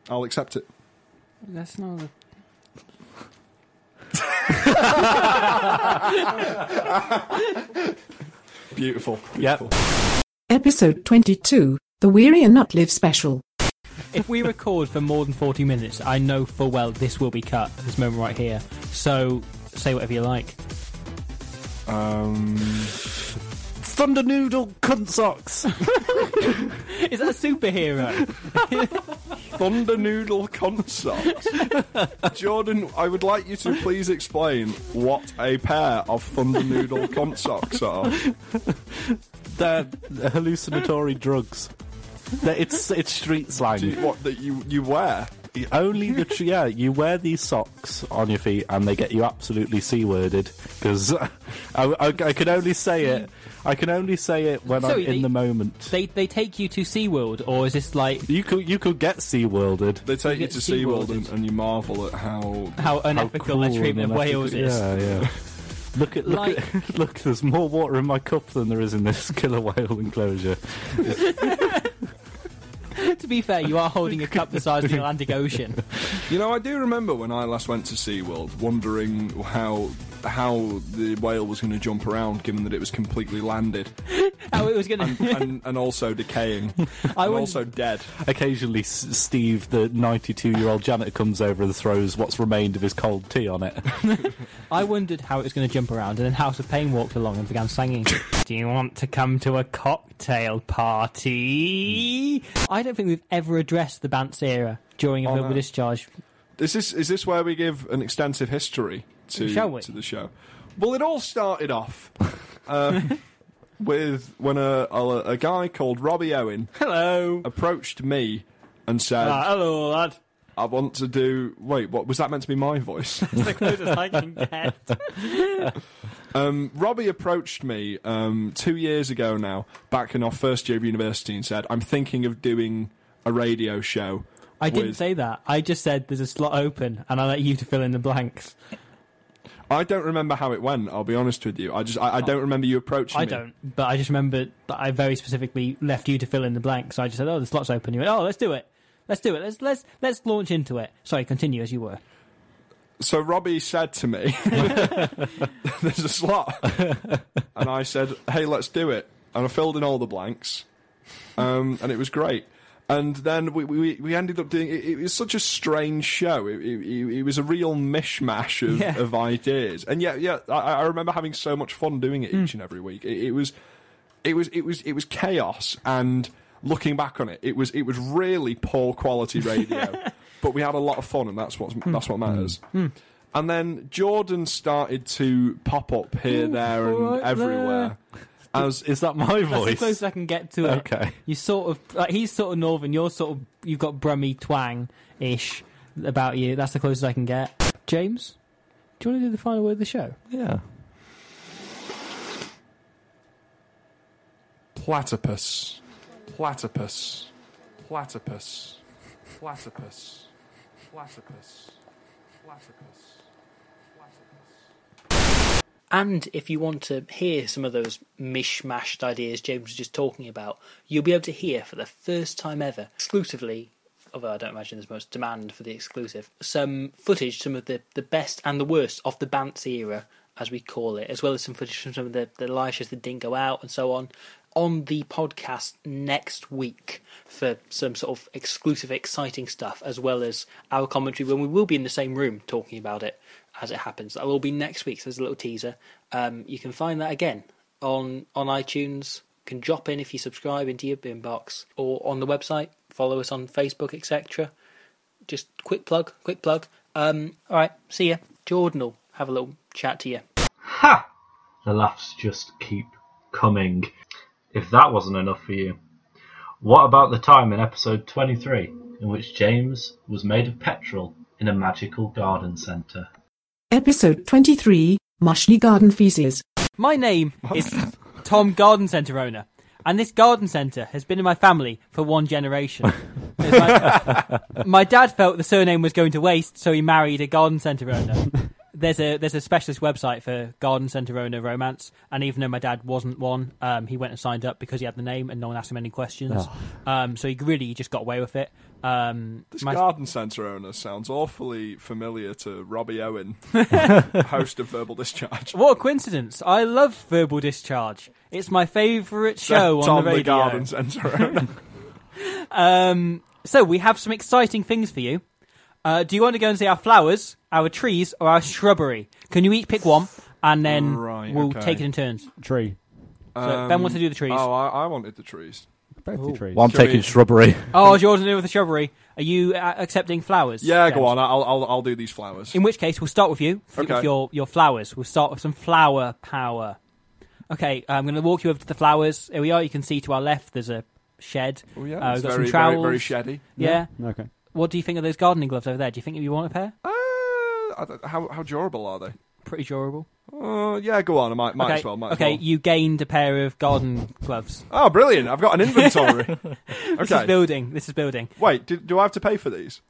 I'll accept it.
That's not. A...
Beautiful.
Yep.
Episode 22, The Weary and Not Live Special.
if we record for more than 40 minutes, I know full well this will be cut at this moment right here. So say whatever you like.
Um,
Thunder noodle cunt socks.
Is that a superhero?
Thunder Noodle Concept. Jordan, I would like you to please explain what a pair of Thunder Noodle Concepts are.
They're hallucinatory drugs. They're, it's it's street slang.
What that you, you wear.
Only the tr- yeah. You wear these socks on your feet, and they get you absolutely c-worded because I, I, I can only say it. I can only say it when
So
I'm
they-
in the moment.
They they take you to SeaWorld, or is this like
You could you could get c-worded.
They take you
get
to SeaWorld
SeaWorlded.
and, and you marvel at how.
How
how unethical
cruel
the treatment
and
of Wales
unethical-
is?
Yeah, yeah. Look at look at, look. There's more water in my cup than there is in this killer whale enclosure.
to be fair, you are holding a cup the size of the Atlantic Ocean.
You know, I do remember when I last went to SeaWorld wondering how how the whale was going to jump around given that it was completely landed
Oh, it was gonna.
and, and also decaying and
wouldn't-
also dead.
Occasionally, S- Steve, the 92-year-old janitor, comes over and throws what's remained of his cold tea on it.
I wondered how it was going to jump around, and then House of Pain walked along and began singing. Do you want to come to a cocktail party? I don't think we've ever addressed the Bantz era during a verbal
no.
discharge.
Is this is this where we give an extensive history to
Shall we?
to the show? Well, it all started off um, with when a, a a guy called Robbie Owen
Hello.
approached me and said,
Uh, Ah, hello, lad.
"I want to do." Wait, what was that meant to be my voice?
the closest I can get.
um, Robbie approached me um, two years ago now, back in our first year of university, and said, "I'm thinking of doing a radio show."
I didn't
with-
say that. I just said there's a slot open, and I let you to fill in the blanks.
I don't remember how it went. I'll be honest with you. I just I, I don't remember you approaching.
I
me.
don't, but I just remember that I very specifically left you to fill in the blanks. So I just said, "Oh, the slot's open." You went, "Oh, let's do it. Let's do it. Let's let's let's launch into it." Sorry, continue as you were.
So Robbie said to me, "There's a slot," and I said, "Hey, let's do it." And I filled in all the blanks, um, and it was great. And then we, we, we ended up doing it, it was such a strange show. It, it- it- it was a real mishmash of,
Yeah.
of ideas, and yet, yeah, I, I remember having so much fun doing it
Hmm.
each and every week. It, it was it was it was it was chaos and looking back on it it was it was really poor quality radio but we had a lot of fun and that's what
Hmm.
that's what matters and then jordan started to pop up here there and
right
everywhere as
Is that my
That's the
voice?
closest I can get to it.
Okay.
You sort of like he's sort of northern. You're sort of you've got Brummy twang ish about you. That's the closest I can get. James, do you want to do the final word of the show?
Yeah.
platypus platypus platypus platypus platypus platypus
And if you want to hear some of those mishmashed ideas James was just talking about, you'll be able to hear for the first time ever, exclusively, although I don't imagine there's much demand for the exclusive, some footage, some of the, the best and the worst of the Bantz era, as we call it, as well as some footage from some of the, the live shows that didn't go out and so on, on the podcast next week for some sort of exclusive, exciting stuff, as well as our commentary when we will be in the same room talking about it as it happens. That'll all be next week, so there's a little teaser. Um, you can find that again on on iTunes. You can drop in if you subscribe into your inbox or on the website. Follow us on Facebook, etc. Just quick plug, quick plug. Um, all right, see ya. Jordan will have a little chat to you.
Ha! The laughs just keep coming. If that wasn't enough for you, what about the time in episode 23 in which James was made of petrol in a magical garden centre?
Episode 23 Mushly Garden Feces.
My name is Tom Garden Centre owner, and this garden centre has been in my family for one generation. It's like- my dad felt the surname was going to waste, so he married a garden centre owner. There's a there's a specialist website for garden centre owner romance, and even though my dad wasn't one, um, he went and signed up because he had the name, and no one asked him any questions. Um, so he really just got away with it. Um,
This
my-
garden centre owner sounds awfully familiar to Robbie Owen, host of Verbal Discharge.
what a coincidence! I love verbal discharge. It's my favourite show
Tom
on the radio.
garden centre owner.
Um, so we have some exciting things for you. Uh, do you want to go and see our flowers, our trees, or our shrubbery? Can you each pick one, and then
Right,
we'll
okay.
take it in turns.
Tree.
So Ben wants to do the trees.
Oh, I, I wanted the trees.
Well, I'm
Shall
taking
we-
shrubbery.
Oh, Jordan, do with the shrubbery. Are you uh, accepting flowers?
Yeah, go
James?
on. I'll I'll, I'll do these flowers.
In which case, we'll start with you. Think
Okay.
of your your flowers. We'll start with some flower power. Okay, I'm going to walk you over to the flowers. Here we are. You can see to our left. There's a shed.
Oh yeah,
uh,
it's very,
we've got some
very
trowels.
very sheddy.
Yeah.
Okay.
What do you think of those gardening gloves over there? Do you think you want a pair?
Uh, I don't- how how durable are they?
Pretty durable.
Uh, yeah, go on. I might might
okay,
as well. Might
okay
As well.
you gained a pair of garden gloves.
Oh, brilliant! I've got an inventory.
This is
okay.
building. This is building.
Wait, do, do I have to pay for these?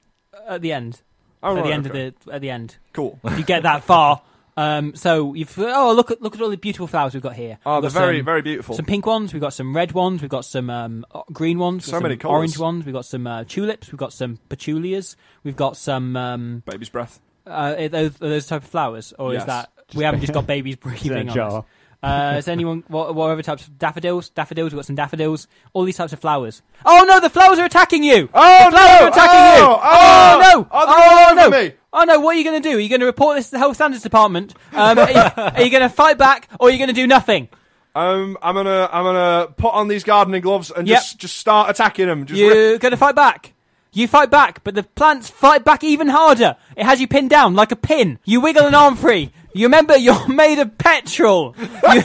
At the end.
Oh,
at the
right,
end
okay.
of the at the end.
Cool.
You get that far. Um, so you've oh look at look at all the beautiful flowers we've got here.
Oh,
We've
they're
got
very
some-
very beautiful.
um, Some pink ones. We've got some red ones. We've got some um, o- green ones.
So
We've got
many
some
colours.
Orange ones. We've got some uh, tulips. We've got some petunias. We've got some um,
Baby's breath.
uh, are those, are those type of flowers, or
Yes.
is that we haven't just got babies breathing on us?
jar.
Uh, is anyone what, what other types of daffodils? Daffodils. We've got some daffodils. All these types of flowers. Oh no, the flowers are attacking you.
Oh
the flowers
no!
are attacking
Oh,
you.
oh,
no!
oh, they're
oh
all
no!
over me.
Oh no! What are you going to do? Are you going to report this to the health standards department? Um, are you, are you going to fight back, or are you going to do nothing?
Um, I'm gonna I'm gonna put on these gardening gloves and
Yep.
just just start attacking them. Just rip-
You're going to fight back. You fight back, but the plants fight back even harder. It has you pinned down like a pin. You wiggle an arm free. You remember you're made of petrol. You,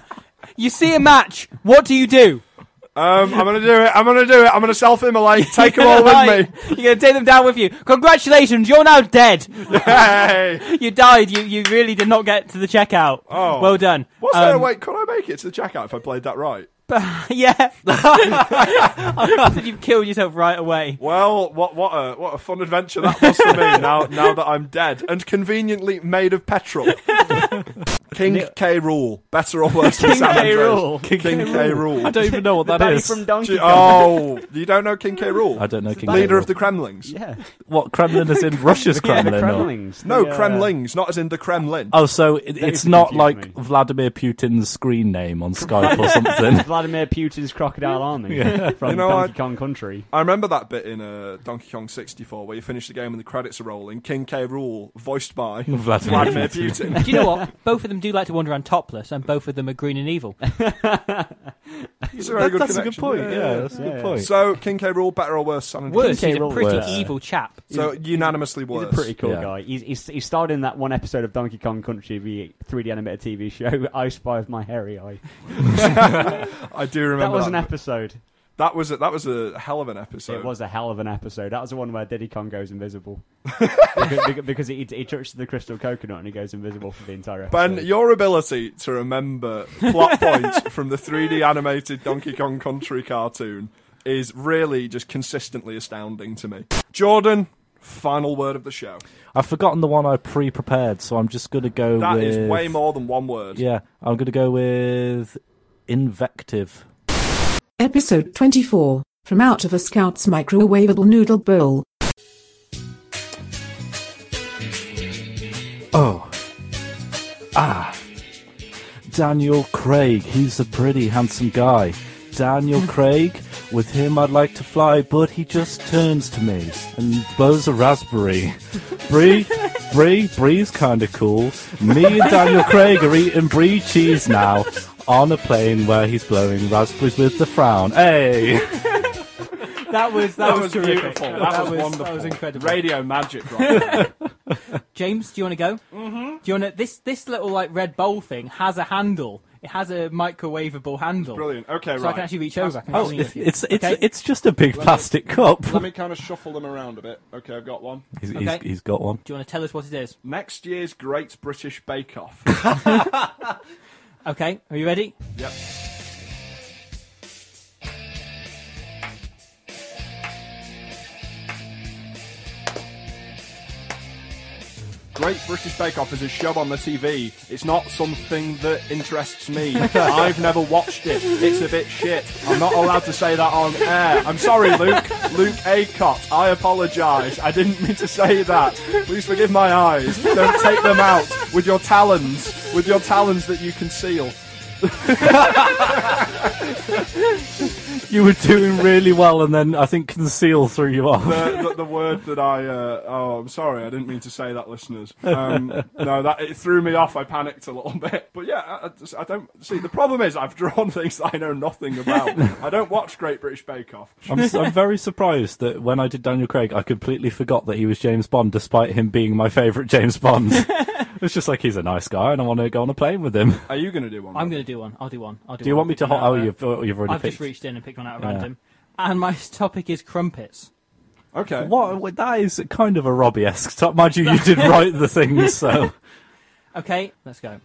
you see a match. What do you do?
Um, I'm gonna do it. I'm gonna do it. I'm gonna self-immolate. Take them all
Right.
with me.
You're going to take them down with you. Congratulations, you're now dead.
Hey.
You died. You you really did not get to the checkout.
Oh.
Well done.
What's
Um,
there? Wait, could I make it to the checkout if I played that right?
Yeah. You've killed yourself right away.
Well, what what a what a fun adventure that was for me. Now now that I'm dead and conveniently made of petrol. King K rule, better or worse than
King
San
K.
Andreas.
Rule.
King K rule.
I don't even know what that
Barry
is.
from Donkey
Gee-
Kong.
Oh, you don't know King K rule?
I don't know. King
Leader
K.
of the Kremlings.
Yeah.
what Kremlin is in Russia's
Yeah, the
Kremlin? or-
Kremlings.
No,
the, uh,
Kremlings, not as in the Kremlin.
Oh, so it, it's
is
not like
confusing me.
Vladimir Putin's screen name on Skype or something.
Vladimir Putin's crocodile army from
You know,
Donkey
I-
Kong Country.
I remember that bit in uh, Donkey Kong 64 where you finish the game and the credits are rolling. King K. Rule, voiced by
Vladimir
Vladimir Putin.
Do you know what? Both of them do like to wander around topless, and both of them are green and evil.
It's a very good
that's a good
connection.
point. Yeah,
Yeah, yeah.
that's a good
yeah.
point.
So, King K. Rule, better or worse? San Andreas?
Worse, he's a
Rool.
pretty
Worse.
evil chap.
So, unanimously
He's
worse.
a pretty cool
Yeah.
guy. He's, he's, he starred in that one episode of Donkey Kong Country, the 3D animated TV show, I Spy with My Hairy Eye.
I do
That
remember
was
that.
an episode.
that, was a, that was a hell of an episode.
It was a hell of an episode. That was the one where Diddy Kong goes invisible. because because he, he touches the crystal coconut and he goes invisible for the entire episode.
Ben, your ability to remember plot points from the 3D animated Donkey Kong Country cartoon is really just consistently astounding to me. Jordan, final word of the show.
I've forgotten the one I pre-prepared, so I'm just going to go
That
with.
is way more than one word.
Yeah, I'm going to go with invective.
Episode 24. From out of a scout's microwavable noodle bowl.
Oh. Ah. Daniel Craig. He's a pretty handsome guy. Daniel Craig, with him I'd like to fly, but he just turns to me and blows a raspberry. Brie, Brie, Brie's kind of cool. Me and Daniel Craig are eating Brie cheese now on a plane where he's blowing raspberries with the frown. Hey!
That was that,
That,
was,
was
terrific.
beautiful. That, was,
was
wonderful.
That was incredible.
Radio magic, right?
James, do you want to go? Mm-hmm. Do you want to? This this little like red bowl thing has a handle. It has a microwavable handle.
Brilliant. Okay,
So I
right.
can actually reach over. I can
Oh,
actually reach
it's
you.
it's it's,
Okay.
it's just a big plastic cup.
Let me kind of shuffle them around a bit. Okay, I've got one.
He's,
Okay.
he's, he's got one.
Do you want to tell us what it is?
Next year's Great British Bake Off.
Okay, are you ready?
yep. Great British Bake Off is a show on the TV. It's not something that interests me. I've never watched it. It's a bit shit. I'm not allowed to say that on air. I'm sorry, Luke. Luke Acott. I apologise. I didn't mean to say that. Please forgive my eyes. Don't take them out with your talons. With your talons that you conceal.
You were doing really well, and then I think conceal threw you off.
the, the, the word that I. Uh, oh, I'm sorry. I didn't mean to say that, listeners. Um, no, that it threw me off. I panicked a little bit. But yeah, I, I just- I don't see. The problem is I've drawn things that I know nothing about. I don't watch Great British Bake Off.
I'm, s am very surprised that when I did Daniel Craig, I completely forgot that he was James Bond, despite him being my favourite James Bond. it's just like he's a nice guy, and I want to go on a plane with him.
Are you going to do one?
I'm
Rob?
going to do one. I'll do one. I'll do.
Do you want me to? Ho- oh,
you?
you've, oh, you've already
I've
picked.
just reached in and picked one out at random. And my topic is crumpets.
Okay.
What, what that is kind of a Robbie esque. Mind you, you did write the thing, so
Okay, let's go.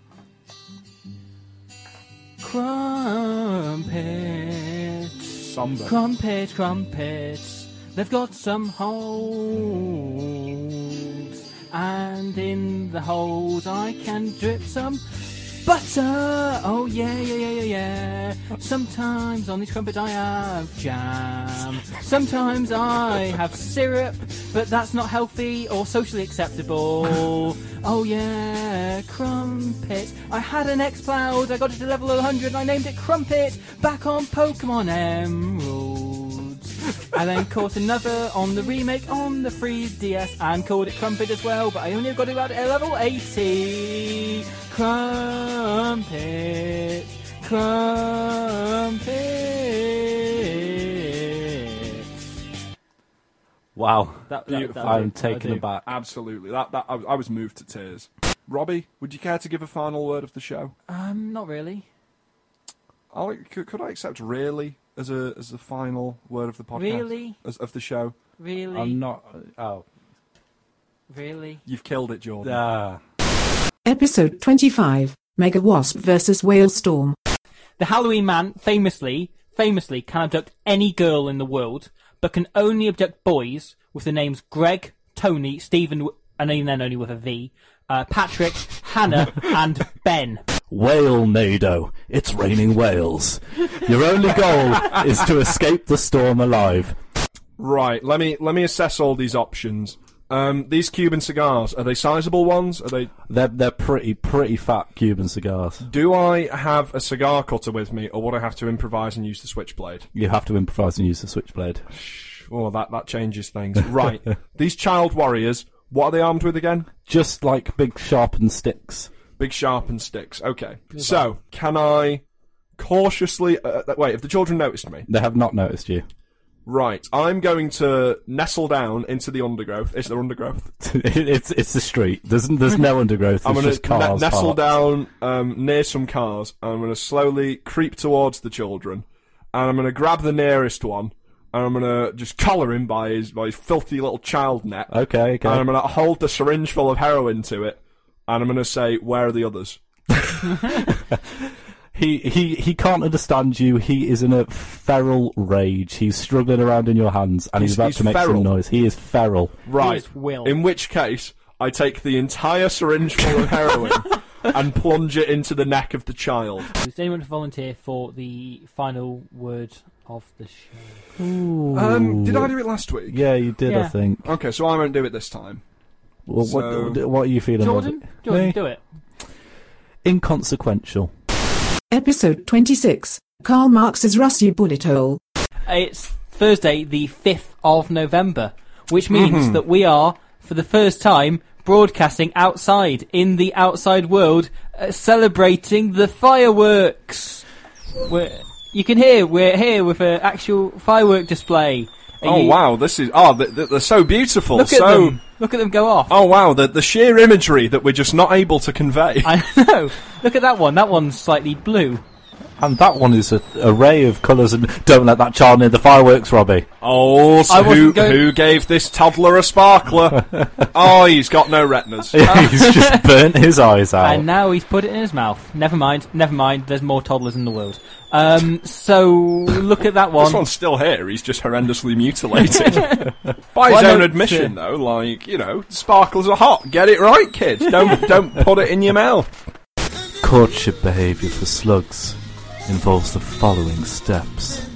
Crumpets,
Somber.
crumpets, crumpets. They've got some holes, and in the holes I can drip some butter. Oh yeah, yeah, yeah, yeah, yeah. Sometimes on these crumpets I have jam. Sometimes I have syrup, but that's not healthy or socially acceptable. Oh yeah, crumpet. I had an X cloud. I got it to level 100. and I named it Crumpet. Back on Pokemon Emeralds. I then caught another on the remake on the 3DS and called it Crumpet as well, but I only got it about at level 80. Crumpet, Crumpet.
wow.
That- that- Beautiful. that'll
I'm
do, that'll
taken
do.
aback.
Absolutely. That that I, I was moved to tears. Robbie, would you care to give a final word of the show?
Um, not really.
I'll, could, could I accept really as a as the final word of the podcast?
Really?
As, of the show?
Really?
I'm not. Oh,
really?
You've killed it, Jordan.
Uh,
ah.
Episode 25 Mega Wasp vs. Whale Storm.
The Halloween man famously, famously can abduct any girl in the world, but can only abduct boys with the names Greg, Tony, Stephen, and then only with a V, uh, Patrick, Hannah, and Ben.
Whale Nado, it's raining whales. Your only goal is to escape the storm alive.
Right. Let me let me assess all these options. Um, these Cuban cigars are they sizable ones? Are they?
They're, they're pretty, pretty fat Cuban cigars.
Do I have a cigar cutter with me, or would I have to improvise and use the switchblade?
You have to improvise and use the switchblade.
Oh, that that changes things. Right. these child warriors. What are they armed with again?
Just like big sharpened sticks.
Big sharpened sticks. Okay. So, can I cautiously. Uh, uh, wait, if the children noticed me.
They have not noticed you.
Right, I'm going to nestle down into the undergrowth. Is there undergrowth?
it's it's the street. There's there's no undergrowth.
I'm
There's
going
just
to
cars.
nestle
parked.
down um, near some cars. And I'm going to slowly creep towards the children. And I'm going to grab the nearest one. And I'm going to just collar him by his, by his filthy little child neck.
Okay, okay.
And I'm going to hold the syringe full of heroin to it. And I'm going to say, Where are the others?
He he he can't understand you. He is in a feral rage. He's struggling around in your hands, and he's,
He's-
about
he's
to make
feral.
some noise. He is feral.
Right.
Here's Will.
In which case, I take the entire syringe full of heroin and plunge it into the neck of the child.
Does anyone volunteer for the final word of the show?
Um, did I do it last week?
Yeah, you did. I
Yeah.
think.
Okay, so I won't do it this time.
Well,
So-
what, what are you feeling?
Jordan,
Robert?
Jordan,
Me?
do it.
Inconsequential.
Episode 26 Karl Marx's Rusty Bullet Hole.
Uh, It's Thursday, the 5th of November, which means
Mm-hmm.
that we are, for the first time, broadcasting outside in the outside world, uh, celebrating the fireworks. We're, you can hear, we're here with an actual firework display. Are
Oh
you-
wow, this is oh th- th- they're so beautiful.
Look at
so
them. Look at them go off.
oh wow, the the sheer imagery that we're just not able to convey.
I know. Look at that one. That one's slightly blue.
And that one is an array of colours and don't let that child near the fireworks, Robbie.
oh, so
I wasn't
who,
going-
who gave this toddler a sparkler? oh, he's got no retinas.
He's just burnt his eyes out.
And now he's put it in his mouth. Never mind. Never mind. There's more toddlers in the world. Um, so look at that
This
one.
one's still here. He's just horrendously mutilated. By his
Why
own
not-
admission, though, like you know, sparkles are hot. Get it right, kids. Don't don't put it in your mouth.
Courtship behaviour for slugs involves the following steps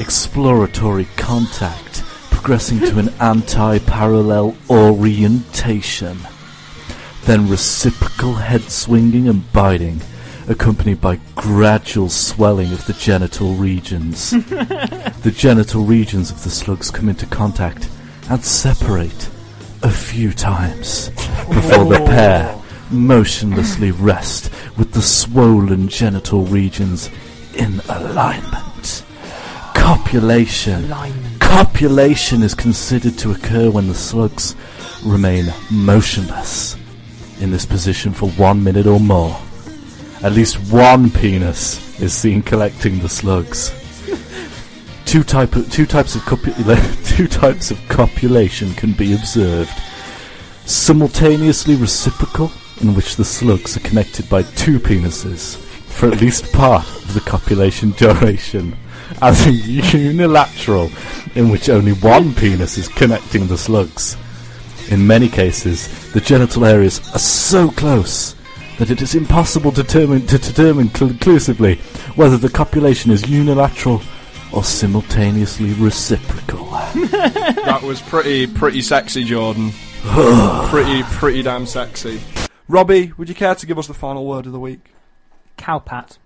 exploratory contact, progressing to an anti parallel orientation, then reciprocal head swinging and biting, accompanied by gradual swelling of the genital regions. the genital regions of the slugs come into contact and separate a few times before the pair motionlessly rest with the swollen genital regions in alignment. Copulation. Copulation is considered to occur when the slugs remain motionless in this position for one minute or more. At least one penis is seen collecting the slugs. Two type of, two types of copula- two types of copulation can be observed: simultaneously reciprocal, in which the slugs are connected by two penises for at least part of the copulation duration, as in unilateral, in which only one penis is connecting the slugs. In many cases, the genital areas are so close that it is impossible to determine, to determine conclusively whether the copulation is unilateral or simultaneously reciprocal.
That was pretty, pretty sexy, Jordan. pretty, pretty damn sexy. Robbie, would you care to give us the final word of the week?
Cowpat.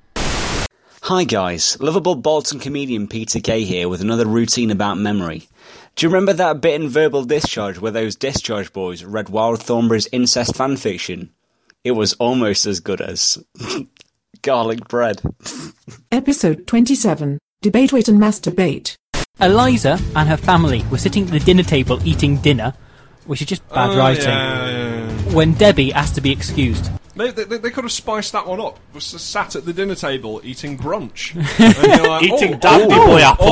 Hi guys, lovable Bolton comedian Peter Kay here with another routine about memory. Do you remember that bit in Verbal Discharge where those discharge boys read Wild Thornberry's incest fanfiction? It was almost as good as garlic bread.
Episode 27 Debate, Wait, and Masturbate.
Eliza and her family were sitting at the dinner table eating dinner, which is just
Oh,
bad writing, when Debbie asked to be excused.
They, they, they could have spiced that one up. Was s- sat at the dinner table eating brunch, And you're like,
Eating
oh,
dandy
oh,
boy apples.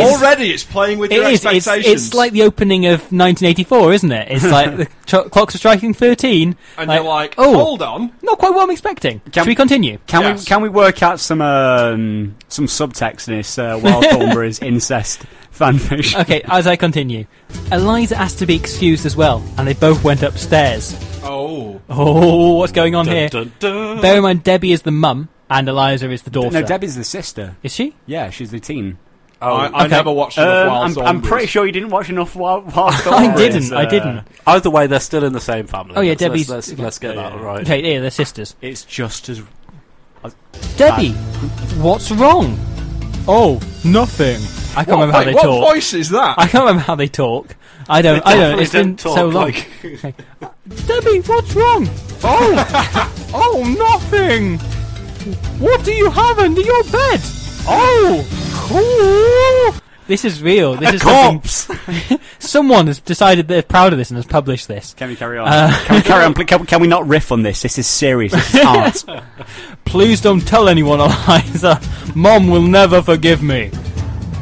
already, it's playing with
It
your
is. It's,
expectations.
it's like the opening of 1984, isn't it? It's like the tr- clocks are striking 13.
and you're like,
oh,
hold on.
not quite what I'm expecting.
Can-
Should we continue?
Can
Yes.
we can we work out some um, some subtext in this uh, Wild Thornberry's incest fanfiction?
Okay, as I continue, Eliza asked to be excused as well, and they both went upstairs.
Oh,
Oh, what's going on here?
Dun, dun, dun.
Bear in mind, Debbie is the mum, and Eliza is the daughter.
No, Debbie's the sister.
is she?
Yeah, she's the teen.
Oh,
I, I
okay.
never watched enough
Um,
Wild
I'm, I'm
Thornberrys.
pretty sure you didn't watch enough Wild, Wild
I
Thornberries.
didn't. I
uh,
didn't.
Either way, they're still in the same family.
Oh, yeah,
Let's- let's-
Debbie's-
Let's, let's get that right.
Okay, yeah, they're sisters.
It's just as uh,
Debbie, what's wrong? Oh, nothing. I can't remember how
Wait,
they
Oh, what
talk.
voice is that?
I can't remember how they talk. I don't. I don't. It's been
Definitely don't
so
talk
long. Uh,
like-
Debbie, what's wrong? Oh, oh, nothing. What do you have under your bed? Oh, cool. This is real. This is something- Someone has decided they're proud of this and has published this. Uh,
Can we carry on? can we carry on? pl- Can, can we not riff on this? This is serious. This is art.
Please don't tell anyone, Eliza. Mom will never forgive me.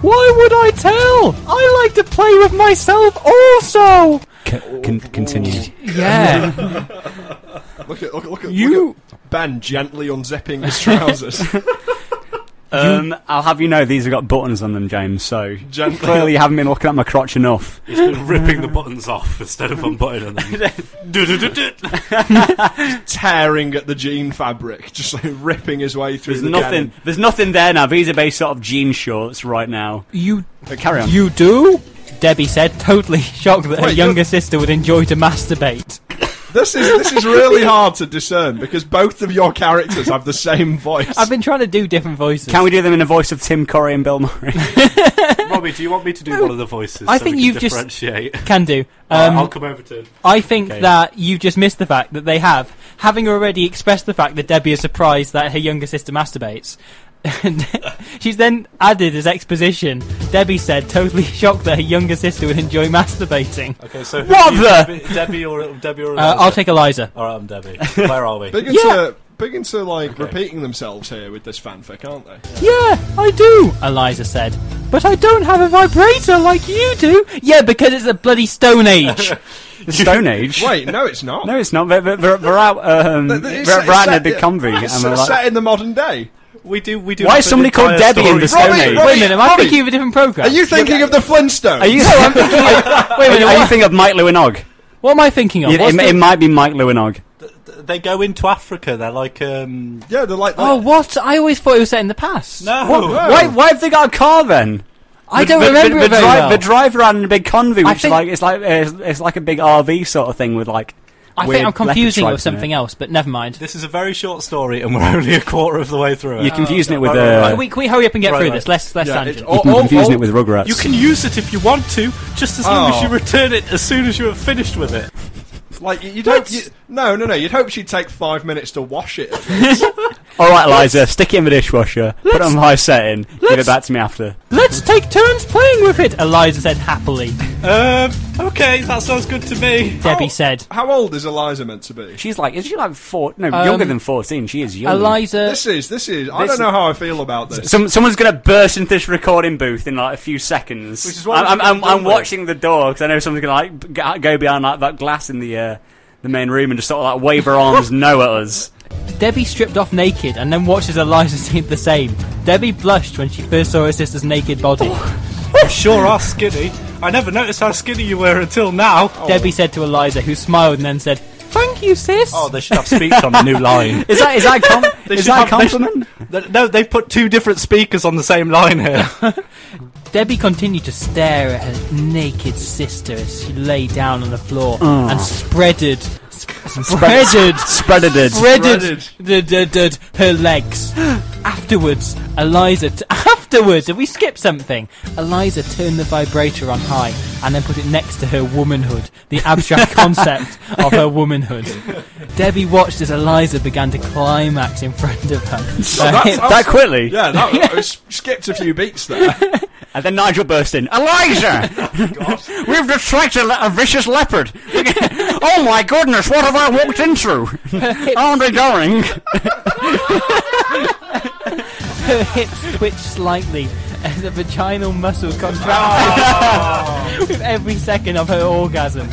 Why would I tell? I like to play with myself also.
Con- con- continue.
Yeah.
Look at, look at, look at
You-
Look at ben gently unzipping his trousers.
Um, I'll have you know these have got buttons on them, James. So
Gently.
clearly you haven't been looking at my crotch enough.
He's been ripping the buttons off instead of unbuttoning them. Du-du-du-du.
tearing at the jean fabric, just like ripping his way through
There's
the
nothing. There's nothing there now. These are based sort of jean shorts right now.
you
But carry on.
You do? Debbie said, totally shocked that her
Wait,
younger
you're-
sister would enjoy to masturbate.
This is this is really hard to discern because both of your characters have the same voice.
I've been trying to do different voices.
Can we do them in the voice of Tim Curry and Bill Murray?
Robbie, do you want me to do one of the voices?
I
so
think
we can
you've just-
differentiate?
Can do.
Um,
Um,
I'll come over to.
I think that Uh, you've just missed the fact that they have, having already expressed the fact that Debbie is surprised that her younger sister masturbates. And she's then added as exposition. Debbie said, totally shocked that her younger sister would enjoy masturbating.
Okay, so who
What
are you,
the-
Debbie, Debbie or Debbie or
Uh, I'll take Eliza.
All right, I'm Debbie. Where are we?
big into
Yeah.
big into like repeating themselves here with this fanfic, aren't they?
Yeah, I do, Eliza said. But I don't have a vibrator like you do. Yeah, because it's a bloody Stone Age.
the Stone Age.
Wait, no, it's not.
No, it's not. They're, they're, they're, they're out. Um,
Th-
they're,
th-
they're out in a
set-
big convy.
It's
and we're
set
like,
in the modern day.
We do. We do.
Why
have
is
an
somebody called
entire
Debbie in the
story.
Stone
Robbie,
Age?
Robbie,
Wait a minute, am I
Robbie,
thinking of a different program?
Are you thinking of the Flintstones?
Are you?
No, I'm thinking. Of, wait a minute.
Are you
What,
thinking of Mike Lewinogg?
what am I thinking of?
It,
What's
it,
the-
it might be Mike Lewinogg.
They go into Africa. They're like. um...
Yeah, they're like.
oh,
like-
what? I always thought it was set in the past.
No.
Why, why have they got a car then?
I don't
the,
remember
the,
it very
dri-
well.
the driver ran in a big convoy,
I
which
think-
is like it's like uh, it's like a big RV sort of thing with like.
I
weird
think I'm
leopard
confusing it with
stripes in
something else, but never mind.
This is a very short story, and we're only a quarter of the way through it.
You're confusing it with
Right, right,
uh,
right.
Can we, can we hurry up and get
Right,
through
right.
this? Let's let's
Yeah,
tangent.
it's all-
you're
oh,
confusing
oh.
it with Rugrats.
You can use it if you want to, just as long as
Oh.
you return it as soon as you have finished with it.
Like you, you'd hope you, no, no, no. You'd hope she'd take five minutes to wash it.
All right, Eliza, stick it in the dishwasher. Put it on
Let's-
high setting. Give it
let's-
back to me after.
Let's take turns playing with it, Eliza said happily.
Um, okay, that sounds good to me.
Debbie said.
How old is Eliza meant to be?
She's like, is she like four? No,
Um,
younger than fourteen. She is young.
Eliza,
This is, this is. I
This-
don't know how I feel about this.
Some, someone's going to burst into this recording booth in like a few seconds.
Which is what
I'm,
we're
I'm, I'm,
gonna
I'm
do.
watching the door because I know someone's going to like g- go behind like that glass in the uh, the main room and just sort of like wave her arms no at us.
Debbie stripped off naked and then watches Eliza do the same. Debbie blushed when she first saw her sister's naked body.
Oh. You sure are skinny. I never noticed how skinny you were until now.
Debbie said to Eliza, who smiled and then said, Thank you, sis.
Oh, they should have speech on the new line.
Is that is that com-
They
is
should
that a
have- they
compliment?
Th- No, they've put two different speakers on the same line here.
Debbie continued to stare at her naked sister as she lay down on the floor and spreaded, Oh. sp- spreaded,
Spreaded it.
spreaded, d- d- d- d- her legs. Afterwards, Eliza. T- afterwards, have we skipped something? Eliza turned the vibrator on high and then put it next to her womanhood, the abstract concept of her womanhood. Debbie watched as Eliza began to climax in front of her. Her
that's-
hip-
That quickly.
Yeah, that I s- skipped a few beats there.
And then Nigel burst in. Eliza! We've attracted a, le- a vicious leopard! oh my goodness, what have I walked into? Aren't we going?
her hips twitched slightly as a vaginal muscle contracted
Oh.
with every second of her orgasm.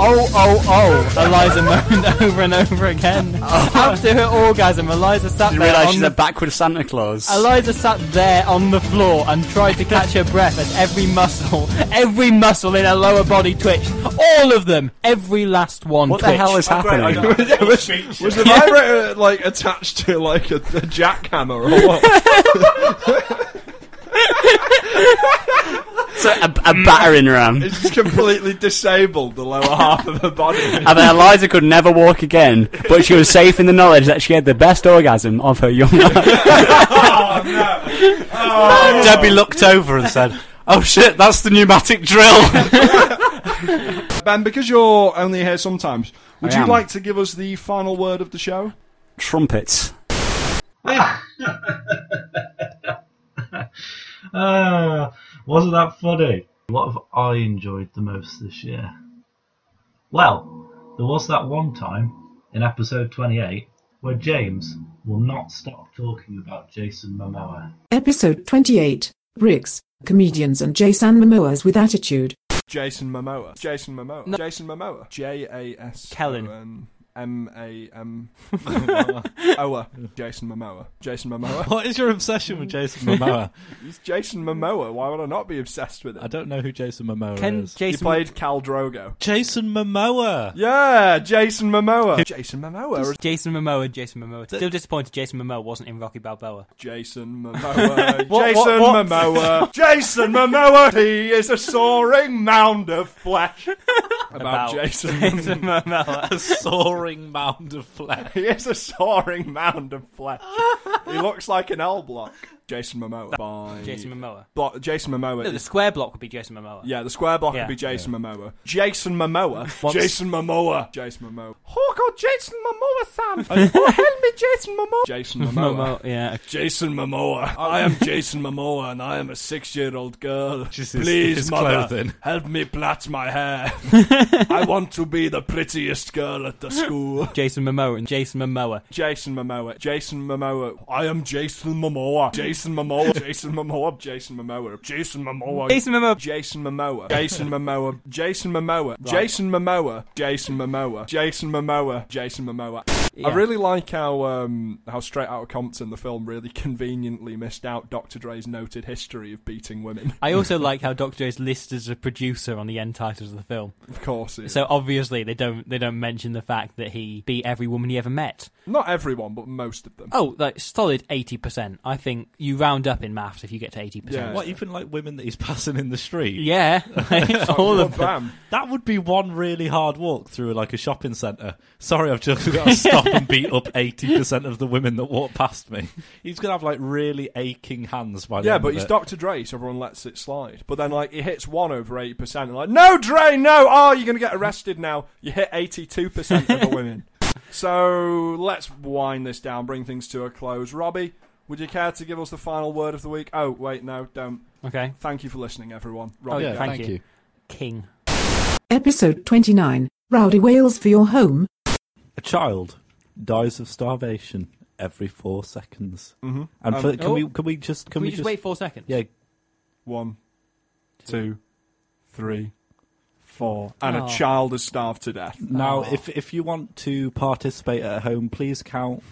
oh, oh, oh, Eliza moaned over and over again. After her orgasm, Eliza sat
You
there
realise
on
she's
the
a backward Santa Claus.
Eliza sat there on the floor and tried to catch her breath as every muscle, every muscle in her lower body twitched. All of them, every last one.
what the
twitched.
hell is happening?
was, was the vibrator like attached to like a, a jackhammer or what?
It's a, a, a battering ram.
It's just completely disabled the lower half of her body.
And then Eliza could never walk again, but she was safe in the knowledge that she had the best orgasm of her young life.
Oh, Debbie looked over and said, "Oh shit, that's the pneumatic drill."
Ben, because you're only here sometimes, would
I
you
am.
like to give us the final word of the show?
Trumpets.
Ah, wasn't that funny? What have I enjoyed the most this year? Well, there was that one time in episode 28 where James will not stop talking about Jason Momoa.
Episode 28. Ricks, comedians and Jason Momoas with attitude.
Jason Momoa. Jason Momoa. Jason Momoa. J A S.
Kellen.
M A M. Oa. Jason Momoa. Jason Momoa.
what is your obsession with Jason Momoa?
He's Jason Momoa. Why would I not be obsessed with
I
it?
don't know who Jason Momoa
Can
is.
He
Jason
played Cal Drogo.
Jason Momoa.
Yeah, Jason Momoa. Jason Momoa. or
Jason Momoa, Jason Momoa. Still disappointed Jason Momoa wasn't in Rocky Balboa.
Jason Momoa.
What,
Jason
what, what?
Momoa. Jason Momoa. He is a soaring mound of flesh. About,
About
Jason.
Jason Momoa.
A soaring mound of flesh.
He is a soaring mound of flesh. he looks like an L block. Jason Momoa. By
Jason Momoa.
Blo- Jason Momoa.
No, the
is-
square block would be Jason Momoa.
yeah, the square block
Yeah.
would be Jason Momoa. Jason Momoa.
What's-
Jason Momoa. Jason Momoa. Oh God, Jason Momoa, Sam. oh, help me, Jason Momoa. Jason Momoa.
Momoa, yeah.
Jason Momoa.
Oh.
I am Jason Momoa, and I am a six-year-old girl.
Just his-
Please,
his
mother,
clothing.
help me plait my hair. I want to be the prettiest girl at the school.
Jason Momoa and Jason Momoa.
Jason Momoa. Jason Momoa. I am Jason Momoa. Jason Momoa. Jason Momoa. Jason Momoa. Jason Momoa.
Jason Momoa.
Jason Momoa. Jason Momoa. Jason Momoa. Jason Momoa. Jason Momoa. Jason Momoa. Jason Momoa. I
Yeah.
really like how um, how Straight Outta Compton, the film, really conveniently missed out Dr. Dre's noted history of beating women.
I also like how Doctor is listed as a producer on the end titles of the film.
Of course, he is.
So obviously they don't they don't mention the fact that he beat every woman he ever met.
not everyone, but most of them.
Oh, like solid eighty percent. I think you round up in maths if you get to eighty
Yeah.
percent.
What even like women that he's passing in the street?
Yeah, all of them.
Bam.
That would be one really hard walk through like a shopping centre. Sorry, I've just got to stop and beat up eighty percent of the women that walk past me. He's gonna have like really aching hands by the
Yeah,
end
but
of
he's
it.
Dr. Dre, so everyone lets it slide. But then, like, he hits one over Ah, 80%, and like, no, Dre, no! Oh, you're going to get arrested now. You hit 82% of the women. So let's wind this down, bring things to a close. Robbie, would you care to give us the final word of the week? Oh, wait, no, don't.
Okay.
Thank you for listening, everyone.
Oh,
Robbie,
Oh,
yeah,
go.
thank Thank you. you.
King.
Episode 29 Rowdy Wales for Your Home.
A child dies of starvation every four seconds.
Mhm.
And
Um,
for, can
Oh.
we can we just can,
Can we just wait four seconds?
Yeah.
One, two, three, four. And
Oh.
a child is starved to death.
Now,
Oh.
if if you want to participate at home, please count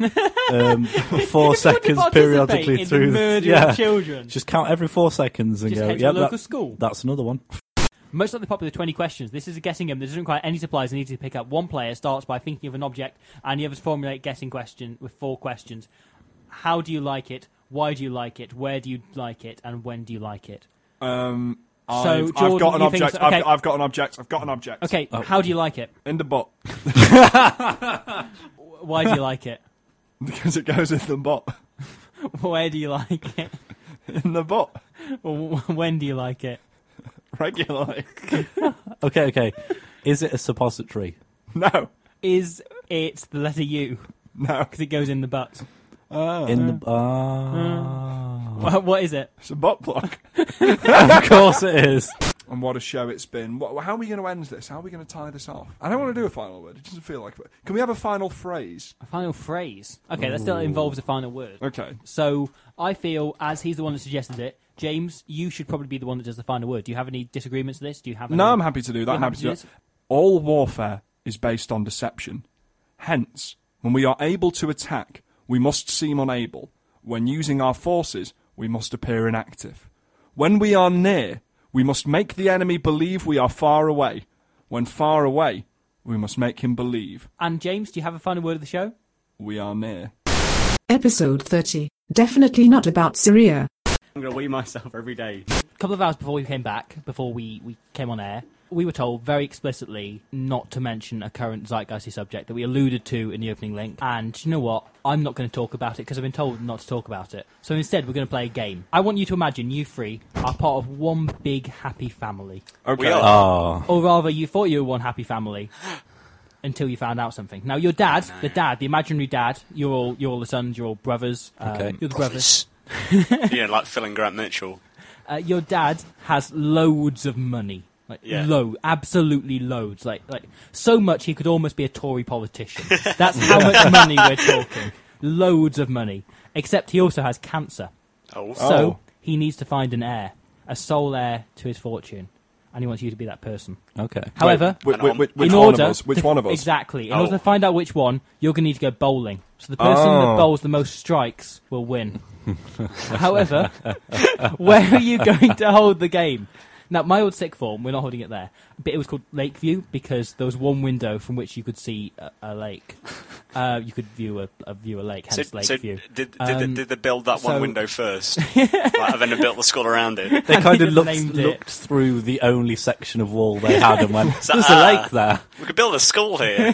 um, four seconds
participate in
periodically
the
through.
murder of children.
Just count every four seconds and
Just
go.
head to
"Yep,
the local
that-
school."
That's another one.
Most of the popular 20 questions. This is a guessing game that doesn't require any supplies and needs to pick up. One player starts by thinking of an object, and the others formulate guessing question with four questions. How do you like it? Why do you like it? Where do you like it? And when do you like it?
Um,
So,
I've, I've
Jordan,
got an
you think
object.
so- okay.
I've, I've got an object. I've got an object.
Okay, how do you like it?
In the butt.
Why do you like it?
because it goes in the butt.
Where do you like it?
In the butt.
When do you like it?
Regularly.
Okay, okay. Is it a suppository?
No.
Is it the letter U?
No.
Because it goes in the butt. Oh,
In the
Uh, Wha- what is it?
It's a butt plug.
of course it is.
And what a show it's been. What, how are we going to end this? How are we going to tie this off? I don't want to do a final word. It doesn't feel like it. Can we have a final phrase?
A final phrase. Okay, that still involves a final word.
Okay.
So I feel, as he's the one that suggested it, James, you should probably be the one that does the final word. Do you have any disagreements with this? Do you have? Any...
No, I'm happy to do that.
You're
I'm happy to do that. All warfare is based on deception. Hence, when we are able to attack, we must seem unable. When using our forces, we must appear inactive. When we are near, we must make the enemy believe we are far away. When far away, we must make him believe
And James, do you have a final word of the show?
we are near.
Episode 30 Definitely Not About Syria.
I'm going to wee myself every day.
A couple of hours before we came back, before we, we came on air, we were told very explicitly not to mention a current zeitgeisty subject that we alluded to in the opening link. And do you know what? I'm not going to talk about it because I've been told not to talk about it. So instead, we're going to play a game. I want you to imagine you three are part of one big happy family.
Okay.
We are.
Or rather, you thought you were one happy family until you found out something. Now, your dad, the dad, the imaginary dad, you're all you're all the sons, you're all brothers. um,
Okay.
you're the brothers.
you know, like Phil and Grant Mitchell.
Uh, your dad has loads of money. Like
Yeah.
load, absolutely loads. Like like so much he could almost be a Tory politician. That's how much money we're talking. Loads of money. Except he also has cancer.
Oh.
So
Oh.
he needs to find an heir, a sole heir to his fortune, and he wants you to be that person.
Okay.
However,
Oh. Wait, wait, wait, which
in
one of
order
us? Which
to-
one of us?
Exactly. In
Oh.
order to find out which one, you're going to need to go bowling. So the person
Oh.
that bowls the most strikes will win. However, where are you going to hold the game? Now, my old sick form, we're not holding it there, but it was called Lakeview because there was one window from which you could see a, a lake. Uh, you could view a, a view a lake, hence Lakeview.
did, did,
Um,
they, did they build that
so-
one window first? like, and then they built the school around it?
They kind of looked,
named it.
looked through the only section of wall they had and went,
It's like,
there's a
"Ah,
lake there.
We could build a school here.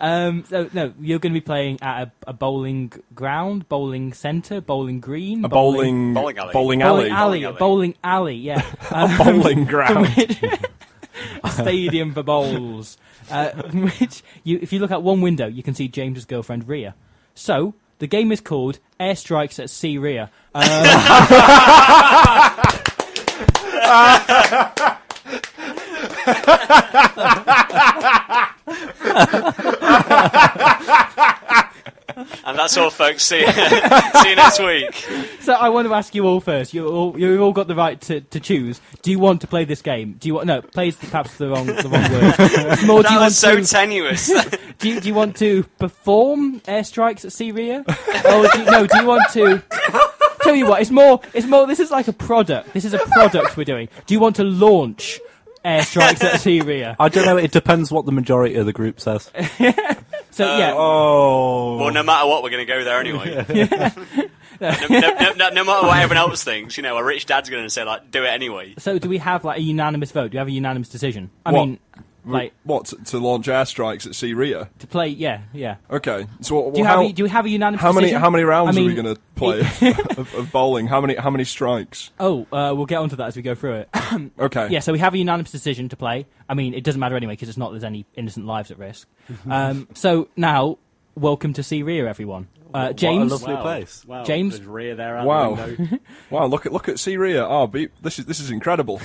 Um, so no, you're going to be playing at a, a bowling ground, bowling centre, bowling green,
A bowling- Bowling alley. bowling alley.
bowling alley,
Bowling
a
alley.
bowling alley, yeah, Um,
bowling ground.
to which- a stadium for bowls. Uh, in which you, if you look out one window, you can see James's girlfriend Ria. So the game is called Airstrikes at Sea Ria.
and that's all, folks. See, see you next week.
So I want to ask you all first. You all, you all got the right to, to choose. Do you want to play this game? Do you want no? Plays perhaps the wrong the wrong word. It's more, do
that
you want
was so
to,
tenuous.
do, you, do you want to perform airstrikes at Syria? or do you, no? Do you want to? Tell you what, it's more. It's more. This is like a product. This is a product we're doing. Do you want to launch airstrikes at Syria?
I don't know, it depends what the majority of the group says.
So yeah.
um,
Oh.
Well, no matter what, we're going to go there anyway. no, no, no, no, no matter what everyone else thinks, you know, a rich dad's going to say, like, do it anyway.
So do we have like a unanimous vote? Do we have a unanimous decision? I
What?
mean, Like-
what to, to launch airstrikes at Syria?
to play. Yeah, yeah.
Okay, so
Do you,
how,
have, a- do you have a unanimous
how many
decision?
how many rounds
I
are we
mean,
going to play of, of, of bowling? How many how many strikes?
Oh, uh, we'll get onto that as we go through it.
Okay.
Yeah, so we have a unanimous decision to play. I mean, it doesn't matter anyway because it's not there's any innocent lives at risk. Um, so now, welcome to Syria, everyone. Uh, James,
Wow.
James,
There's Rhea there. Out The
Wow,
window.
wow! Look at look at Syria. Oh, be, this is this is incredible.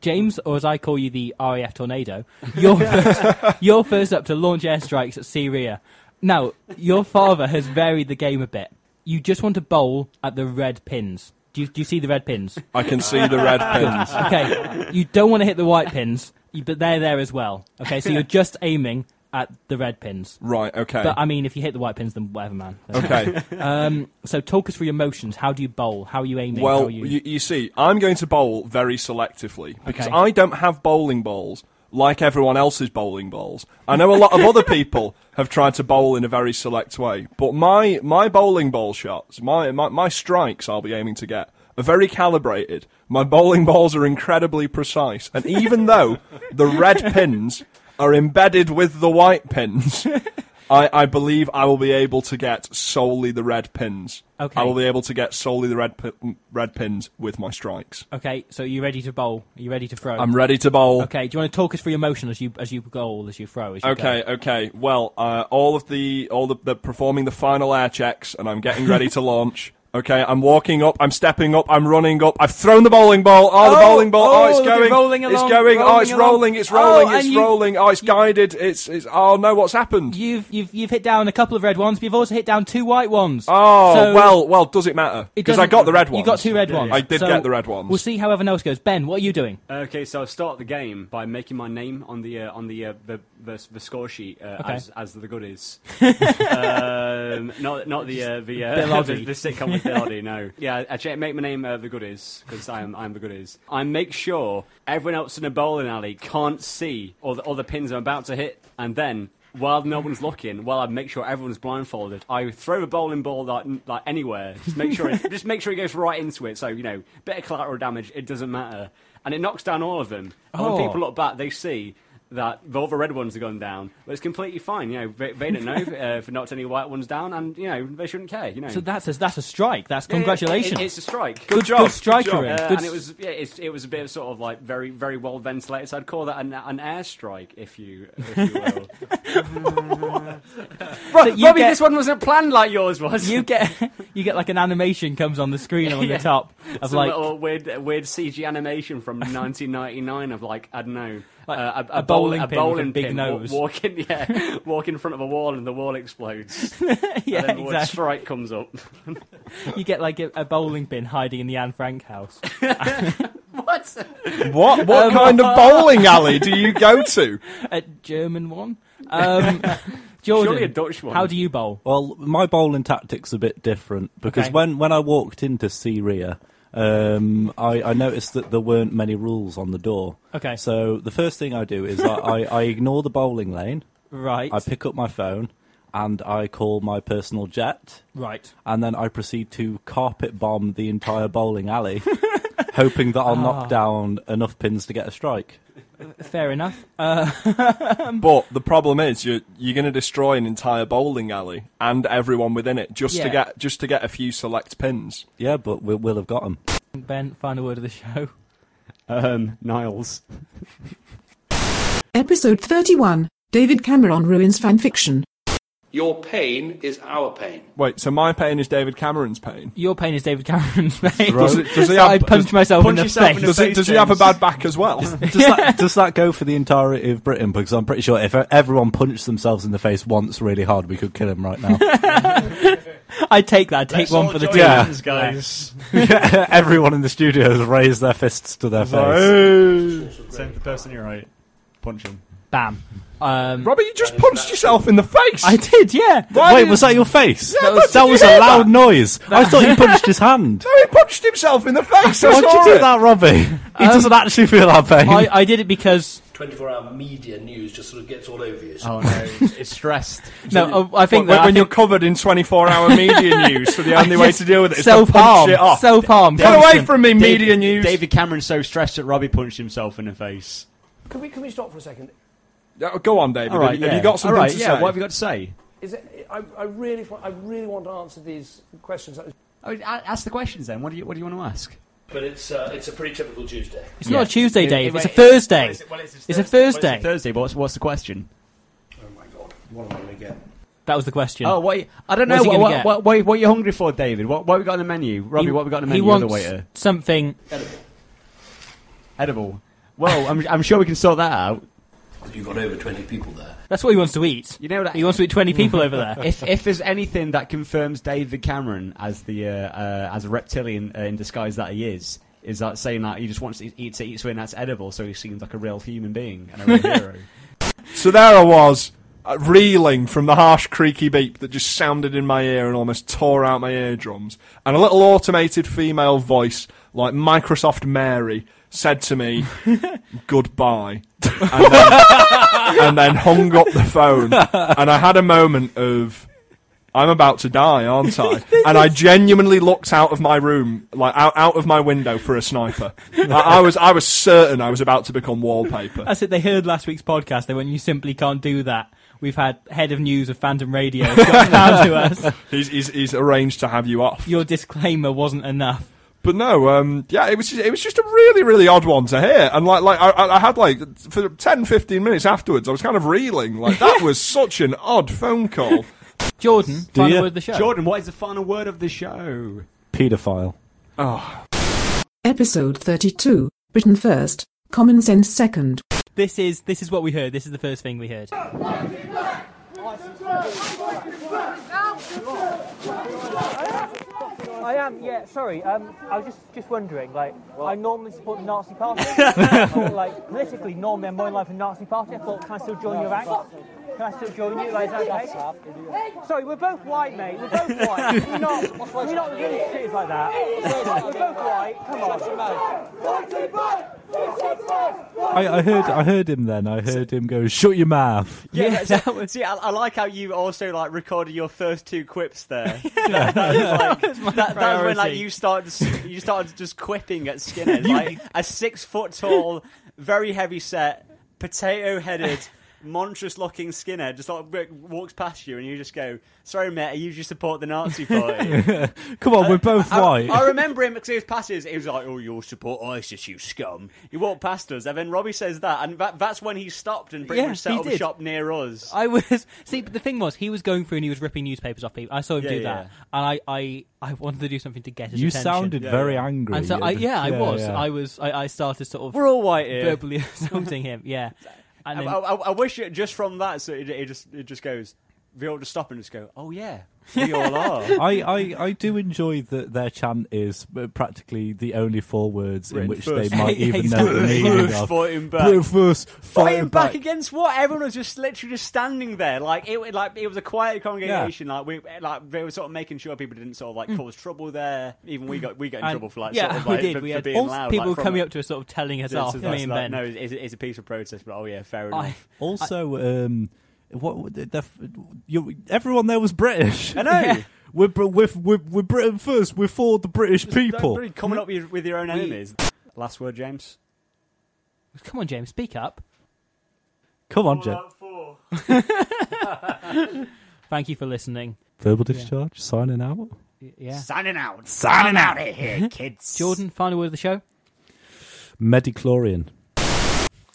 James, or as I call you, the RAF tornado. You're first, you're first up to launch airstrikes at Syria. Now, your father has varied the game a bit. You just want to bowl at the red pins. Do you, do you see the red pins?
I can see the red pins.
Good. Okay, you don't want to hit the white pins, you- but they're there as well. Okay, so you're just aiming at the red pins.
Right, okay.
But I mean, if you hit the white pins, then whatever, man.
Okay.
um, so talk us through your motions. How do you bowl? How are you aiming? How
Well,
are you-
you... You, see, I'm going to bowl very selectively because
Okay.
I don't have bowling balls like everyone else's bowling balls. I know a lot of other people have tried to bowl in a very select way, but my my bowling ball shots, my my, my strikes, I'll be aiming to get. Are very calibrated. My bowling balls are incredibly precise, and even though the red pins are embedded with the white pins, I, I believe I will be able to get solely the red pins.
Okay.
I will be able to get solely the red pi- red pins with my strikes.
Okay, so are you ready to bowl? Are you ready to throw?
I'm ready to bowl.
Okay, do you want to talk us through your motion as you as you goal as you throw? As you
Okay, okay. Well, uh, all of the all the, the performing the final air checks, and I'm getting ready to launch. Okay, I'm walking up, I'm stepping up, I'm running up. I've thrown the bowling ball. Oh, the
Oh,
bowling ball. Oh,
oh,
it's
look,
going.
it's rolling along,
it's going. oh,
rolling
it's
along.
rolling. It's
Oh,
rolling.
and
it's
you've-
rolling. Oh, it's guided. It's it's. Oh no, what's happened?
go. You've you've you've hit down a couple of red ones, but you've also hit down two white ones.
Oh
So-
well, well. Does it matter?
It
Because I
doesn't-
got the red ones.
You got two red ones.
I did
So
get the red ones.
We'll see how everyone else goes. Ben, what are you doing?
Okay, so I start the game by making my name on the uh, on the, uh, the the the score sheet uh,
Okay.
as as the goodies. um, not not the uh, the,
Bill
uh, the
Oddie.
the sitcom with Bill Oddie. No, yeah, actually, I make my name uh, the goodies because I am I'm the goodies. I make sure everyone else in a bowling alley can't see all the, all the pins I'm about to hit, and then. While no one's looking, while I make sure everyone's blindfolded, I throw a bowling ball like, like anywhere. Just make sure, it, just make sure it goes right into it. So you know, bit of collateral damage, it doesn't matter, and it knocks down all of them. And
Oh.
when people look back, they see that the other red ones are gone down, but it's completely fine. You know, they, they don't know uh, if it knocked any white ones down, and you know they shouldn't care. You know,
So that's a, that's a strike. That's
Yeah, yeah,
congratulations.
it- it's a strike.
Good,
job,
Good strikering.
Uh,
Good
and it
s-
was yeah, it's, it was a bit of sort of like very very well ventilated. So I'd call that an, an airstrike, if you if you will.
So you
Robbie,
get-
this one wasn't planned like yours was.
you get you get like an animation comes on the screen on
Yeah.
the top of
Some
like
little weird, weird CG animation from 1999 of like I don't know, uh, a,
a
bowl-
bowling pin
a
with a
bowling
big
wa-
nose.
walk in, yeah, walk in front of a wall and the wall explodes.
Yeah,
and then the word
exactly.
strike comes up.
you get like a, a bowling pin hiding in the Anne Frank house.
what?
What what kind of bowling alley do you go to?
a German one. Um, Jordan,
Surely a Dutch one.
How do you bowl?
Well, my bowling tactic's a bit different because
Okay.
when, when I walked into Syria, um, I, I noticed that there weren't many rules on the door.
Okay.
So the first thing I do is I, I, I ignore the bowling lane,
Right,
I pick up my phone, and I call my personal jet,
right.
and then I proceed to carpet bomb the entire bowling alley, hoping that I'll knock down enough pins to get a strike.
Fair enough. Uh,
But the problem is, you're you're going to destroy an entire bowling alley and everyone within it just
Yeah.
to get just to get a few select pins.
Yeah, but we, we'll have got them.
ben, final word of the show.
Um, Niles.
Episode 31 David Cameron ruins fanfiction.
Your pain is our pain.
Wait, so my pain is David Cameron's pain.
Your pain is David Cameron's pain.
Does it- does he
So
have-
I punched
does-
myself
punch
in the
yourself
face.
in the
Does, it,
face,
does he have a
James.
bad back as well?
does that does that go for the entirety of Britain? Because I'm pretty sure if e, everyone punched themselves in the face once really hard, we could kill him right now.
I take that. I take one for the team.
Yeah.
hands, guys.
everyone in the studio has raised their fists to their face.
Send the person you're right. Punch him.
Bam. Um,
Robbie, you just punched yourself in the face.
I did, yeah.
Why
Wait,
did-
was that your face?
Yeah, but
that
did you
was a
hear
loud
that?
noise. I thought you punched his hand.
No, he punched himself in the face. I
Why'd
saw
you do
it.
that, Robbie? He doesn't actually feel our pain.
I, I did it because
24 hour media news just sort of gets all over you.
Oh no, it's stressed.
no, I I think
When, when
that I
you're
think
covered in 24-hour media news, so the only way to deal with it is to
self
punch
harm,
it off.
self harm.
Get away from me, media news.
David Cameron's so stressed that Robbie punched himself in the face.
Can we, can we stop for a second?
Yeah, Uh, Go on, David.
All right,
have, you- have
yeah.
you got something
All right,
to
yeah,
say?
what have you got to say?
Is it, I, I, really, fi- I really want to answer these questions.
Oh, a- ask the questions then. What do you What do you want to ask?
But it's uh, it's a pretty typical Tuesday.
It's not a Tuesday,
It-
Dave.
it-
it's a
it-
Thursday.
well,
it's,
it's- well, it's-
a Thursday.
Thursday. What's What's the question?
Oh What am I going to get?
That was the question.
Oh, what? I don't know.
What's he
What,
gonna
what,
get?
what, what, what are you hungry for, David? What What we got on the menu, Robbie?
He-
what we got on the
he
menu? Other
wants
waiter.
something
Edible. Well, I'm I'm sure we can sort that out.
You've got over 20 people there.
That's what he wants to eat.
You know that
he wants to eat twenty people over there.
If if there's anything that confirms David Cameron as the uh, uh, as a reptilian uh, in disguise that he is, is that saying that he just wants to eat to eat something that's edible, so he seems like a real human being and a real hero.
So there I was, uh, reeling from the harsh, creaky beep that just sounded in my ear and almost tore out my eardrums. And a little automated female voice, like Microsoft Mary, said to me, goodbye. And then, and then hung up the phone. And I had a moment of. I'm about to die, aren't I? And I genuinely looked out of my room, like out, out of my window for a sniper. I, I was, I was certain I was about to become wallpaper.
That's it. They heard last week's podcast. They went, "You simply can't do that." We've had head of news of Phantom Radio come down to us.
He's, he's, he's arranged to have you off.
Your disclaimer wasn't enough.
But no, um, yeah, it was just, it was just a really really odd one to hear, and like like I- I, I had like for 10, 15 minutes afterwards, I was kind of reeling. Like that was such an odd phone call.
Jordan,
Do final you?
word of the show. Jordan, what is the final word of the show?
Pedophile.
Oh.
Episode 32, Britain first, common sense second.
This is this is what we heard. This is the first thing we heard. I am, yeah. Sorry, um, I was just just wondering. Like, I normally support the Nazi Party. Or, like politically, normally I'm more in line for the Nazi Party. I thought, can I still join your ranks? Can I still join you? Like, is that okay? Sorry, we're both white, mate. We're both white. We're not, we're not really cities like that. We're both white. Come on.
I, I heard I heard him then. I heard him go, "Shut your mouth."
Yeah, that was... see, I, I like how you also like recorded your first two quips there. that, was like, that, that was when like
priority.
you started you started just quipping at Skinner, like a six foot tall, very heavy set, potato headed. Monstrous looking Skinner just like w- walks past you, and you just go, "Sorry, mate, I usually support the Nazi party."
Come on, we're both
Uh,
white.
I remember him because he was passes. He was like, "Oh, you support ISIS, you scum!" He walked past us, and then Robbie says that, and that, that's when he stopped and pretty
Yeah,
much set
he
up
did.
shop near us.
I was see, but the thing was, he was going through and he was ripping newspapers off people. I saw him
Yeah,
do
yeah.
that, and I, I, I wanted to do something to get his
You
attention.
sounded Yeah, very yeah. angry.
and so I, yeah, I
Yeah,
was.
yeah.
I was. I, I started sort of.
We're all white here.
Verbally assaulting him. Yeah, and
I,
then,
I, I- I wish it, just from that, so it, it just it just goes. We all just stop and just go, "Oh yeah, we all are."
I, I, I do enjoy that their chant is uh, practically the only four words in
Written
which
first.
they might even know the
Exactly.
meaning
First
of.
fighting back.
Brute force,
Fighting
fighting
back against what? Everyone was just literally just standing there, like it. was- Like it was a quiet congregation. Like we, like they were sort of making sure people didn't sort of like cause trouble there. Even we got Mm. we got in
and-
trouble for like
yeah,
sort of
we
like,
did.
For,
we
for
had
being
all
loud,
people
like, from
coming
a-
up to us, sort of telling us
This
off.
is-
Me
that's
and
like,
Ben.
No, it's, it's a piece of protest, but oh yeah, fair enough.
Also, um, what the, you, everyone there was British.
I know. Yeah.
We're, Br- we're, we're, we're Britain first. We're for the British
Don't
people.
really coming up with your- with your own enemies. Last word, James.
Come on, James, speak up.
Come on, Jed.
Thank you for listening.
Verbal discharge. Signing out.
Y- Yeah.
Signing out.
Signing out.
of here, kids.
Jordan, final word of the show.
Medichlorian.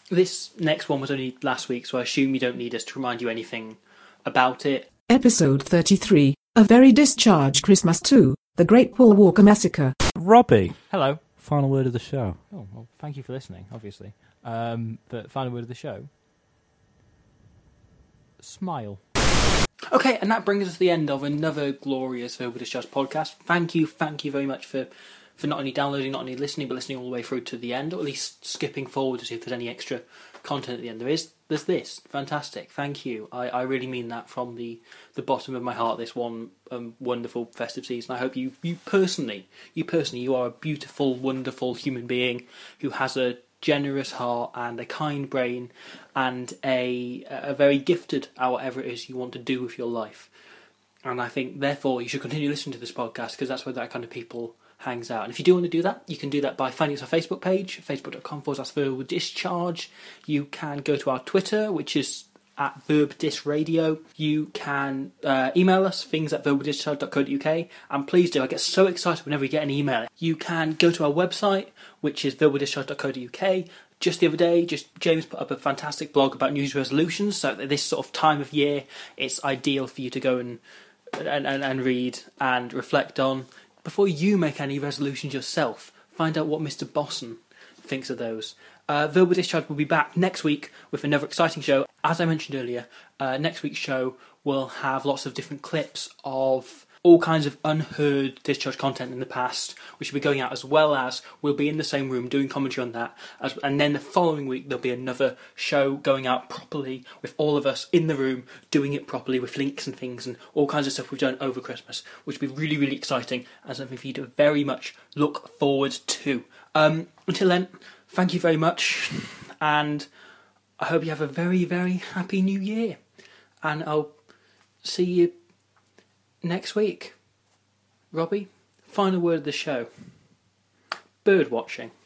This next one was only last week, so I assume you don't need us to remind you anything about it.
Episode 33, A Very Discharge Christmas 2, The Great Paul Walker Massacre.
Robbie.
Hello.
Final word of the show.
Oh, well, thank you for listening, obviously. Um, but final word of the show smile.
Okay, and that brings us to the end of another glorious Verbal Discharge podcast. Thank you, thank you very much for, for not only downloading, not only listening, but listening all the way through to the end, or at least skipping forward to see if there's any extra content at the end. There is. There's this. Fantastic. Thank you. I, I really mean that from the, the bottom of my heart. This one um, wonderful festive season. I hope you you personally, you personally, you are a beautiful, wonderful human being who has a generous heart and a kind brain and a a very gifted at whatever it is you want to do with your life. And I think therefore you should continue listening to this podcast because that's where that kind of people hangs out. And if you do want to do that, you can do that by finding us on Facebook page, facebook.com forward slash verbal discharge. You can go to our Twitter, which is at Verb Dis Radio. You can uh, email us, things at verbaldischarge.co.uk. And please do, I get so excited whenever we get an email. You can go to our website, which is verbaldischarge.co.uk. Just the other day, just James put up a fantastic blog about New Year's resolutions. So at this sort of time of year, it's ideal for you to go and and, and, and read and reflect on before you make any resolutions yourself. Find out what Mr. Bosson thinks of those. Uh, Verbal Discharge will be back next week with another exciting show. As I mentioned earlier, uh, next week's show will have lots of different clips of all kinds of unheard discharge content in the past, which will be going out as well as we'll be in the same room doing commentary on that. As, and then the following week, there'll be another show going out properly with all of us in the room doing it properly with links and things and all kinds of stuff we've done over Christmas, which will be really, really exciting and something for you to very much look forward to. Um, until then, thank you very much, and I hope you have a very, very happy new year. And I'll see you next week. Robbie, final word of the show bird watching.